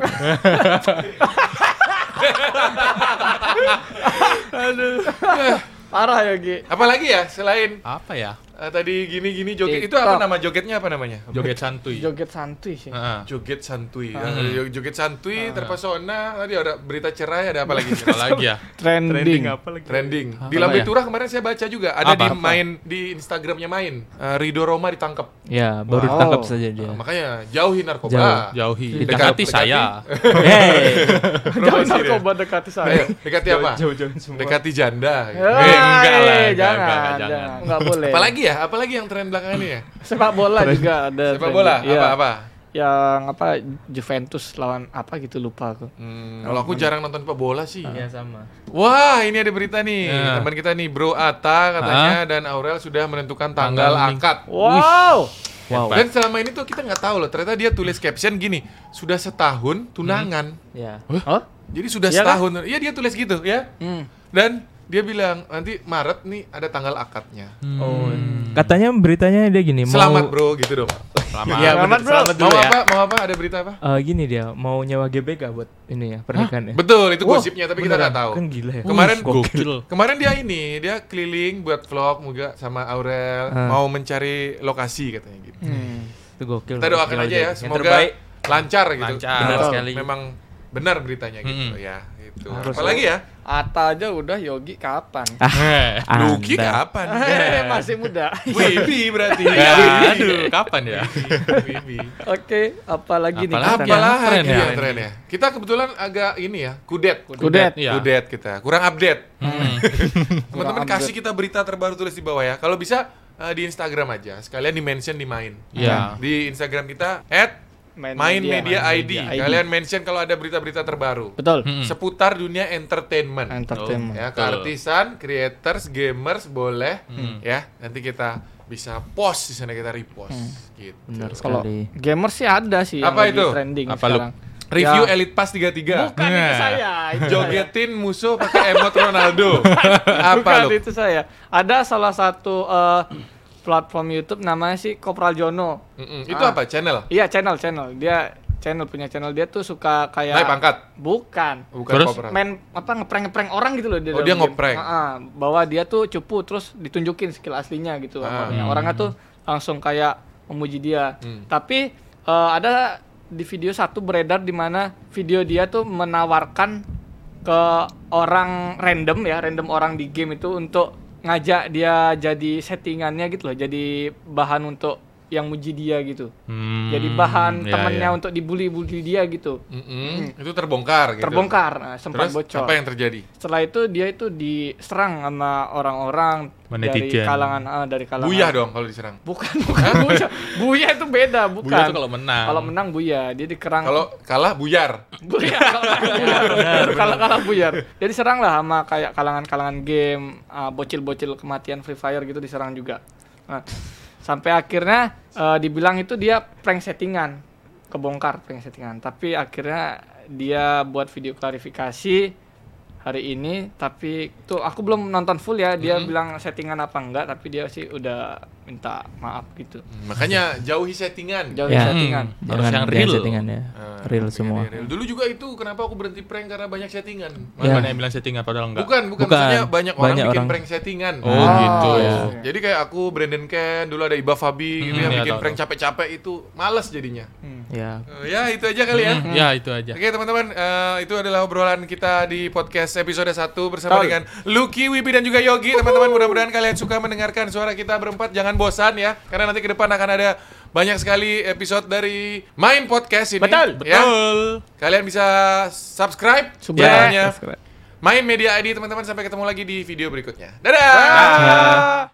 S1: Parah ya Gi.
S2: Apalagi ya selain
S3: Apa ya?
S2: Eh, tadi gini-gini joget. Itu
S1: TikTok.
S2: apa nama jogetnya apa namanya?
S3: Joget santuy.
S1: Joget santuy sih.
S3: Heeh.
S2: Joget santuy. Eh, Joget santuy, terpesona. Tadi ada berita cerai, ada apa lagi?
S3: Apa lagi ya?
S1: Trending.
S4: apa lagi?
S2: Trending.
S3: Apa
S2: Di Lambe
S3: ya?
S2: Turah kemarin saya baca juga ada di
S3: Apa, apa?
S2: main di Instagramnya main. Eh, Rido Roma ditangkap.
S4: Ya,
S1: Wow.
S4: baru ditangkap saja dia.
S2: Nah, makanya jauhi narkoba.
S4: Iya.
S2: Ah.
S4: Jauh.
S3: Jauhi.
S4: Dekat-
S2: dekati.
S3: Dekati saya.
S4: Hey.
S1: Jangan
S2: Promosi dia.
S1: narkoba dekati
S2: Ayo,
S1: saya.
S2: Eh, dekati apa?
S4: Jauh-jauh semua.
S2: Dekati janda. gitu.
S1: Hei,
S3: enggak lah, enggak,
S1: jangan,
S3: enggak, enggak,
S1: jangan.
S3: jangan.
S1: Enggak boleh.
S2: Apalagi ya? Apalagi yang tren belakangan ini ya?
S1: sepak bola juga ada. trending.
S2: Sepak bola?
S1: Iya.
S2: Apa-apa?
S1: Yang apa Juventus lawan apa gitu lupa aku.
S2: Hmm, kalau aku jarang nonton sepak bola sih.
S4: Iya sama.
S2: Wah, ini ada berita nih.
S3: Ya.
S2: Teman kita nih, Bro Ata katanya dan Aurel sudah menentukan tanggal
S3: Tanggal ning-
S2: akad.
S1: Wow.
S4: Wow.
S2: Dan selama ini tuh kita nggak tahu loh. Ternyata dia tulis caption gini, sudah setahun tunangan.
S4: Ya.
S1: Oh?
S2: Jadi sudah
S1: Iya kan?
S2: setahun. Iya dia tulis gitu ya.
S1: Hmm.
S2: Dan dia bilang nanti Maret nih ada tanggal akadnya.
S4: Oh. Katanya beritanya dia gini,
S2: Hmm. Selamat
S4: mau
S2: bro gitu dong.
S3: Selamat.
S2: Iya,
S1: Selamat,
S2: bener.
S1: bro.
S2: Selamat
S3: dulu
S2: mau
S3: ya.
S2: apa? Mau apa? Ada berita apa?
S4: Eh, gini dia mau nyewa GBK buat ini ya pernikahan ya.
S2: Betul, itu gosipnya tapi kita
S4: Beneran.
S2: nggak tahu.
S4: Kan gila ya.
S2: Kemarin
S4: Wih, gokil.
S3: Gokil.
S2: Kemarin dia ini, dia keliling buat vlog juga sama Aurel,
S4: Ah.
S2: mau mencari lokasi katanya gitu.
S1: Hmm.
S4: Itu gokil.
S2: Kita doakan
S4: Gila
S2: aja
S4: dia.
S2: ya,
S4: Yang
S2: semoga
S4: terbaik.
S2: lancar gitu.
S3: Lancar
S2: Benar
S3: sekali.
S2: Memang benar beritanya gitu
S3: Mm-mm.
S2: ya. Itu.
S4: Hmm. Harus
S2: Apalagi ya?
S1: Ata aja udah Yogi kapan?
S3: Heh.
S1: Iya.
S2: Luki
S4: Anda.
S2: ya?
S4: Iya.
S2: kapan?
S1: Eh,
S2: iya.
S1: Masih muda.
S2: Wibi berarti.
S3: Ya,
S2: Wibi.
S3: aduh, kapan ya?
S2: Wibi.
S1: Oke, apalagi nih
S3: Apalagi?
S1: kita?
S2: Apalagi
S3: tren
S2: yang
S3: ya.
S2: tren, ya. Kita kebetulan agak ini ya, kudet.
S1: Kudet. ya.
S3: Iya.
S2: Kudet kita. Kurang update.
S3: Hmm.
S2: Teman-teman
S1: update.
S2: kasih kita berita terbaru tulis di bawah ya. Kalau bisa eh, di Instagram aja. Sekalian di mention di main.
S3: Iya.
S2: Di Instagram kita at
S1: Main
S2: main
S1: Media.
S2: media, Hmm.
S1: Main
S2: ID.
S1: Media ID.
S2: Kalian mention kalau ada berita-berita terbaru
S1: Betul.
S3: Mm-mm.
S2: seputar dunia entertainment.
S1: Entertainment.
S2: ya,
S3: Betul.
S2: keartisan, creators, gamers boleh ya. Nanti kita bisa post di sana kita repost
S1: Hmm.
S2: gitu.
S4: Benar
S1: Kalau
S4: sekali.
S1: gamer sih ada sih yang
S2: Apa
S1: lagi
S2: itu?
S1: trending
S3: Apa lu?
S1: sekarang.
S2: Review
S1: Ya,
S2: Elite Pass 33.
S1: Bukan itu
S3: Nah.
S1: saya. itu
S2: Jogetin musuh pakai emot Ronaldo.
S1: saya.
S2: Apa
S1: Bukan
S2: lu?
S1: itu saya. Ada salah satu eh, platform YouTube namanya sih Kopral Jono.
S2: Mm-mm, Itu
S1: Ah.
S2: apa? Channel?
S1: Iya, channel channel. Dia channel punya channel dia tuh suka kayak
S2: Naik pangkat.
S1: Bukan.
S2: Bukan
S3: Terus?
S2: Kopral.
S1: main apa ngeprank-ngeprank orang gitu loh dia. dalam
S2: Oh, dia
S1: game.
S2: ngeprank.
S1: Heeh, bahwa dia tuh cupu terus ditunjukin skill aslinya gitu.
S2: Ah.
S1: apanya. Orangnya tuh langsung kayak memuji dia.
S2: Hmm.
S1: Tapi eh, ada di video satu beredar di mana video dia tuh menawarkan ke orang random ya, random orang di game itu untuk ngajak dia jadi settingannya gitu loh, jadi bahan untuk yang muji dia gitu.
S3: Hmm,
S1: Jadi bahan
S2: ya,
S3: iya,
S1: temennya
S3: iya.
S1: untuk dibully-bully dia gitu.
S2: Mm-mm, Itu terbongkar gitu.
S1: Terbongkar, nah, sempat
S2: Terus
S1: bocor.
S2: apa yang terjadi?
S1: setelah itu dia itu diserang sama orang-orang dari
S3: Menetizen.
S1: kalangan ah, dari kalangan
S2: Buyah dong kalau diserang.
S1: bukan bukan buya buya itu beda bukan
S3: Buya tuh kalau menang.
S1: kalau menang buya dia dikerang
S2: Kalau kalah buyar.
S1: buya Iya, kalau menang buyar. kalau kalah buyar dia diserang lah sama kayak kalangan-kalangan game ah, bocil-bocil kematian free fire gitu diserang juga Nah, sampai akhirnya eh, dibilang itu dia prank settingan kebongkar prank settingan tapi akhirnya dia buat video klarifikasi hari ini tapi tuh aku belum nonton full ya dia bilang settingan apa enggak tapi dia sih udah minta maaf gitu
S2: Makanya jauhi settingan.
S1: jauh
S4: Ya.
S1: settingan
S3: Hmm.
S4: Jangan
S3: Harus yang
S4: jangan
S3: real.
S4: settingan ya.
S2: Ah,
S4: Real
S2: settingan
S4: semua.
S2: dia real. Dulu juga itu kenapa aku berhenti prank karena banyak settingan.
S4: Ya.
S1: Iya.
S3: Mana yang bilang settingan padahal enggak.
S2: Bukan, bukan,
S4: Bukan.
S2: maksudnya banyak, orang
S4: Banyak
S2: bikin
S4: orang.
S2: prank settingan.
S3: Oh,
S1: Ah,
S3: gitu.
S1: iya.
S2: Jadi kayak aku Brandon Ken, dulu ada Iba Fabi gitu
S3: Hmm,
S2: ya
S3: iya,
S2: bikin
S3: tahu, Mm.
S2: prank capek-capek itu males jadinya.
S4: Ya.
S2: Eh, ya itu aja kali ya.
S3: Hmm, Ya itu aja.
S2: Oke teman-teman, eh, itu adalah obrolan kita di podcast episode 1 bersama
S1: Betul.
S2: dengan Lucky, Wibi dan juga Yogi. Teman-teman mudah-mudahan kalian suka mendengarkan suara kita berempat. Jangan bosan ya, karena nanti ke depan akan ada banyak sekali episode dari Main Podcast ini.
S1: Betul,
S2: ya.
S3: Betul.
S2: Kalian bisa subscribe
S1: Subscribe.
S2: channelnya
S4: Subscribe.
S2: Main Media ID teman-teman sampai ketemu lagi di video berikutnya. Dadah.
S1: Dadah.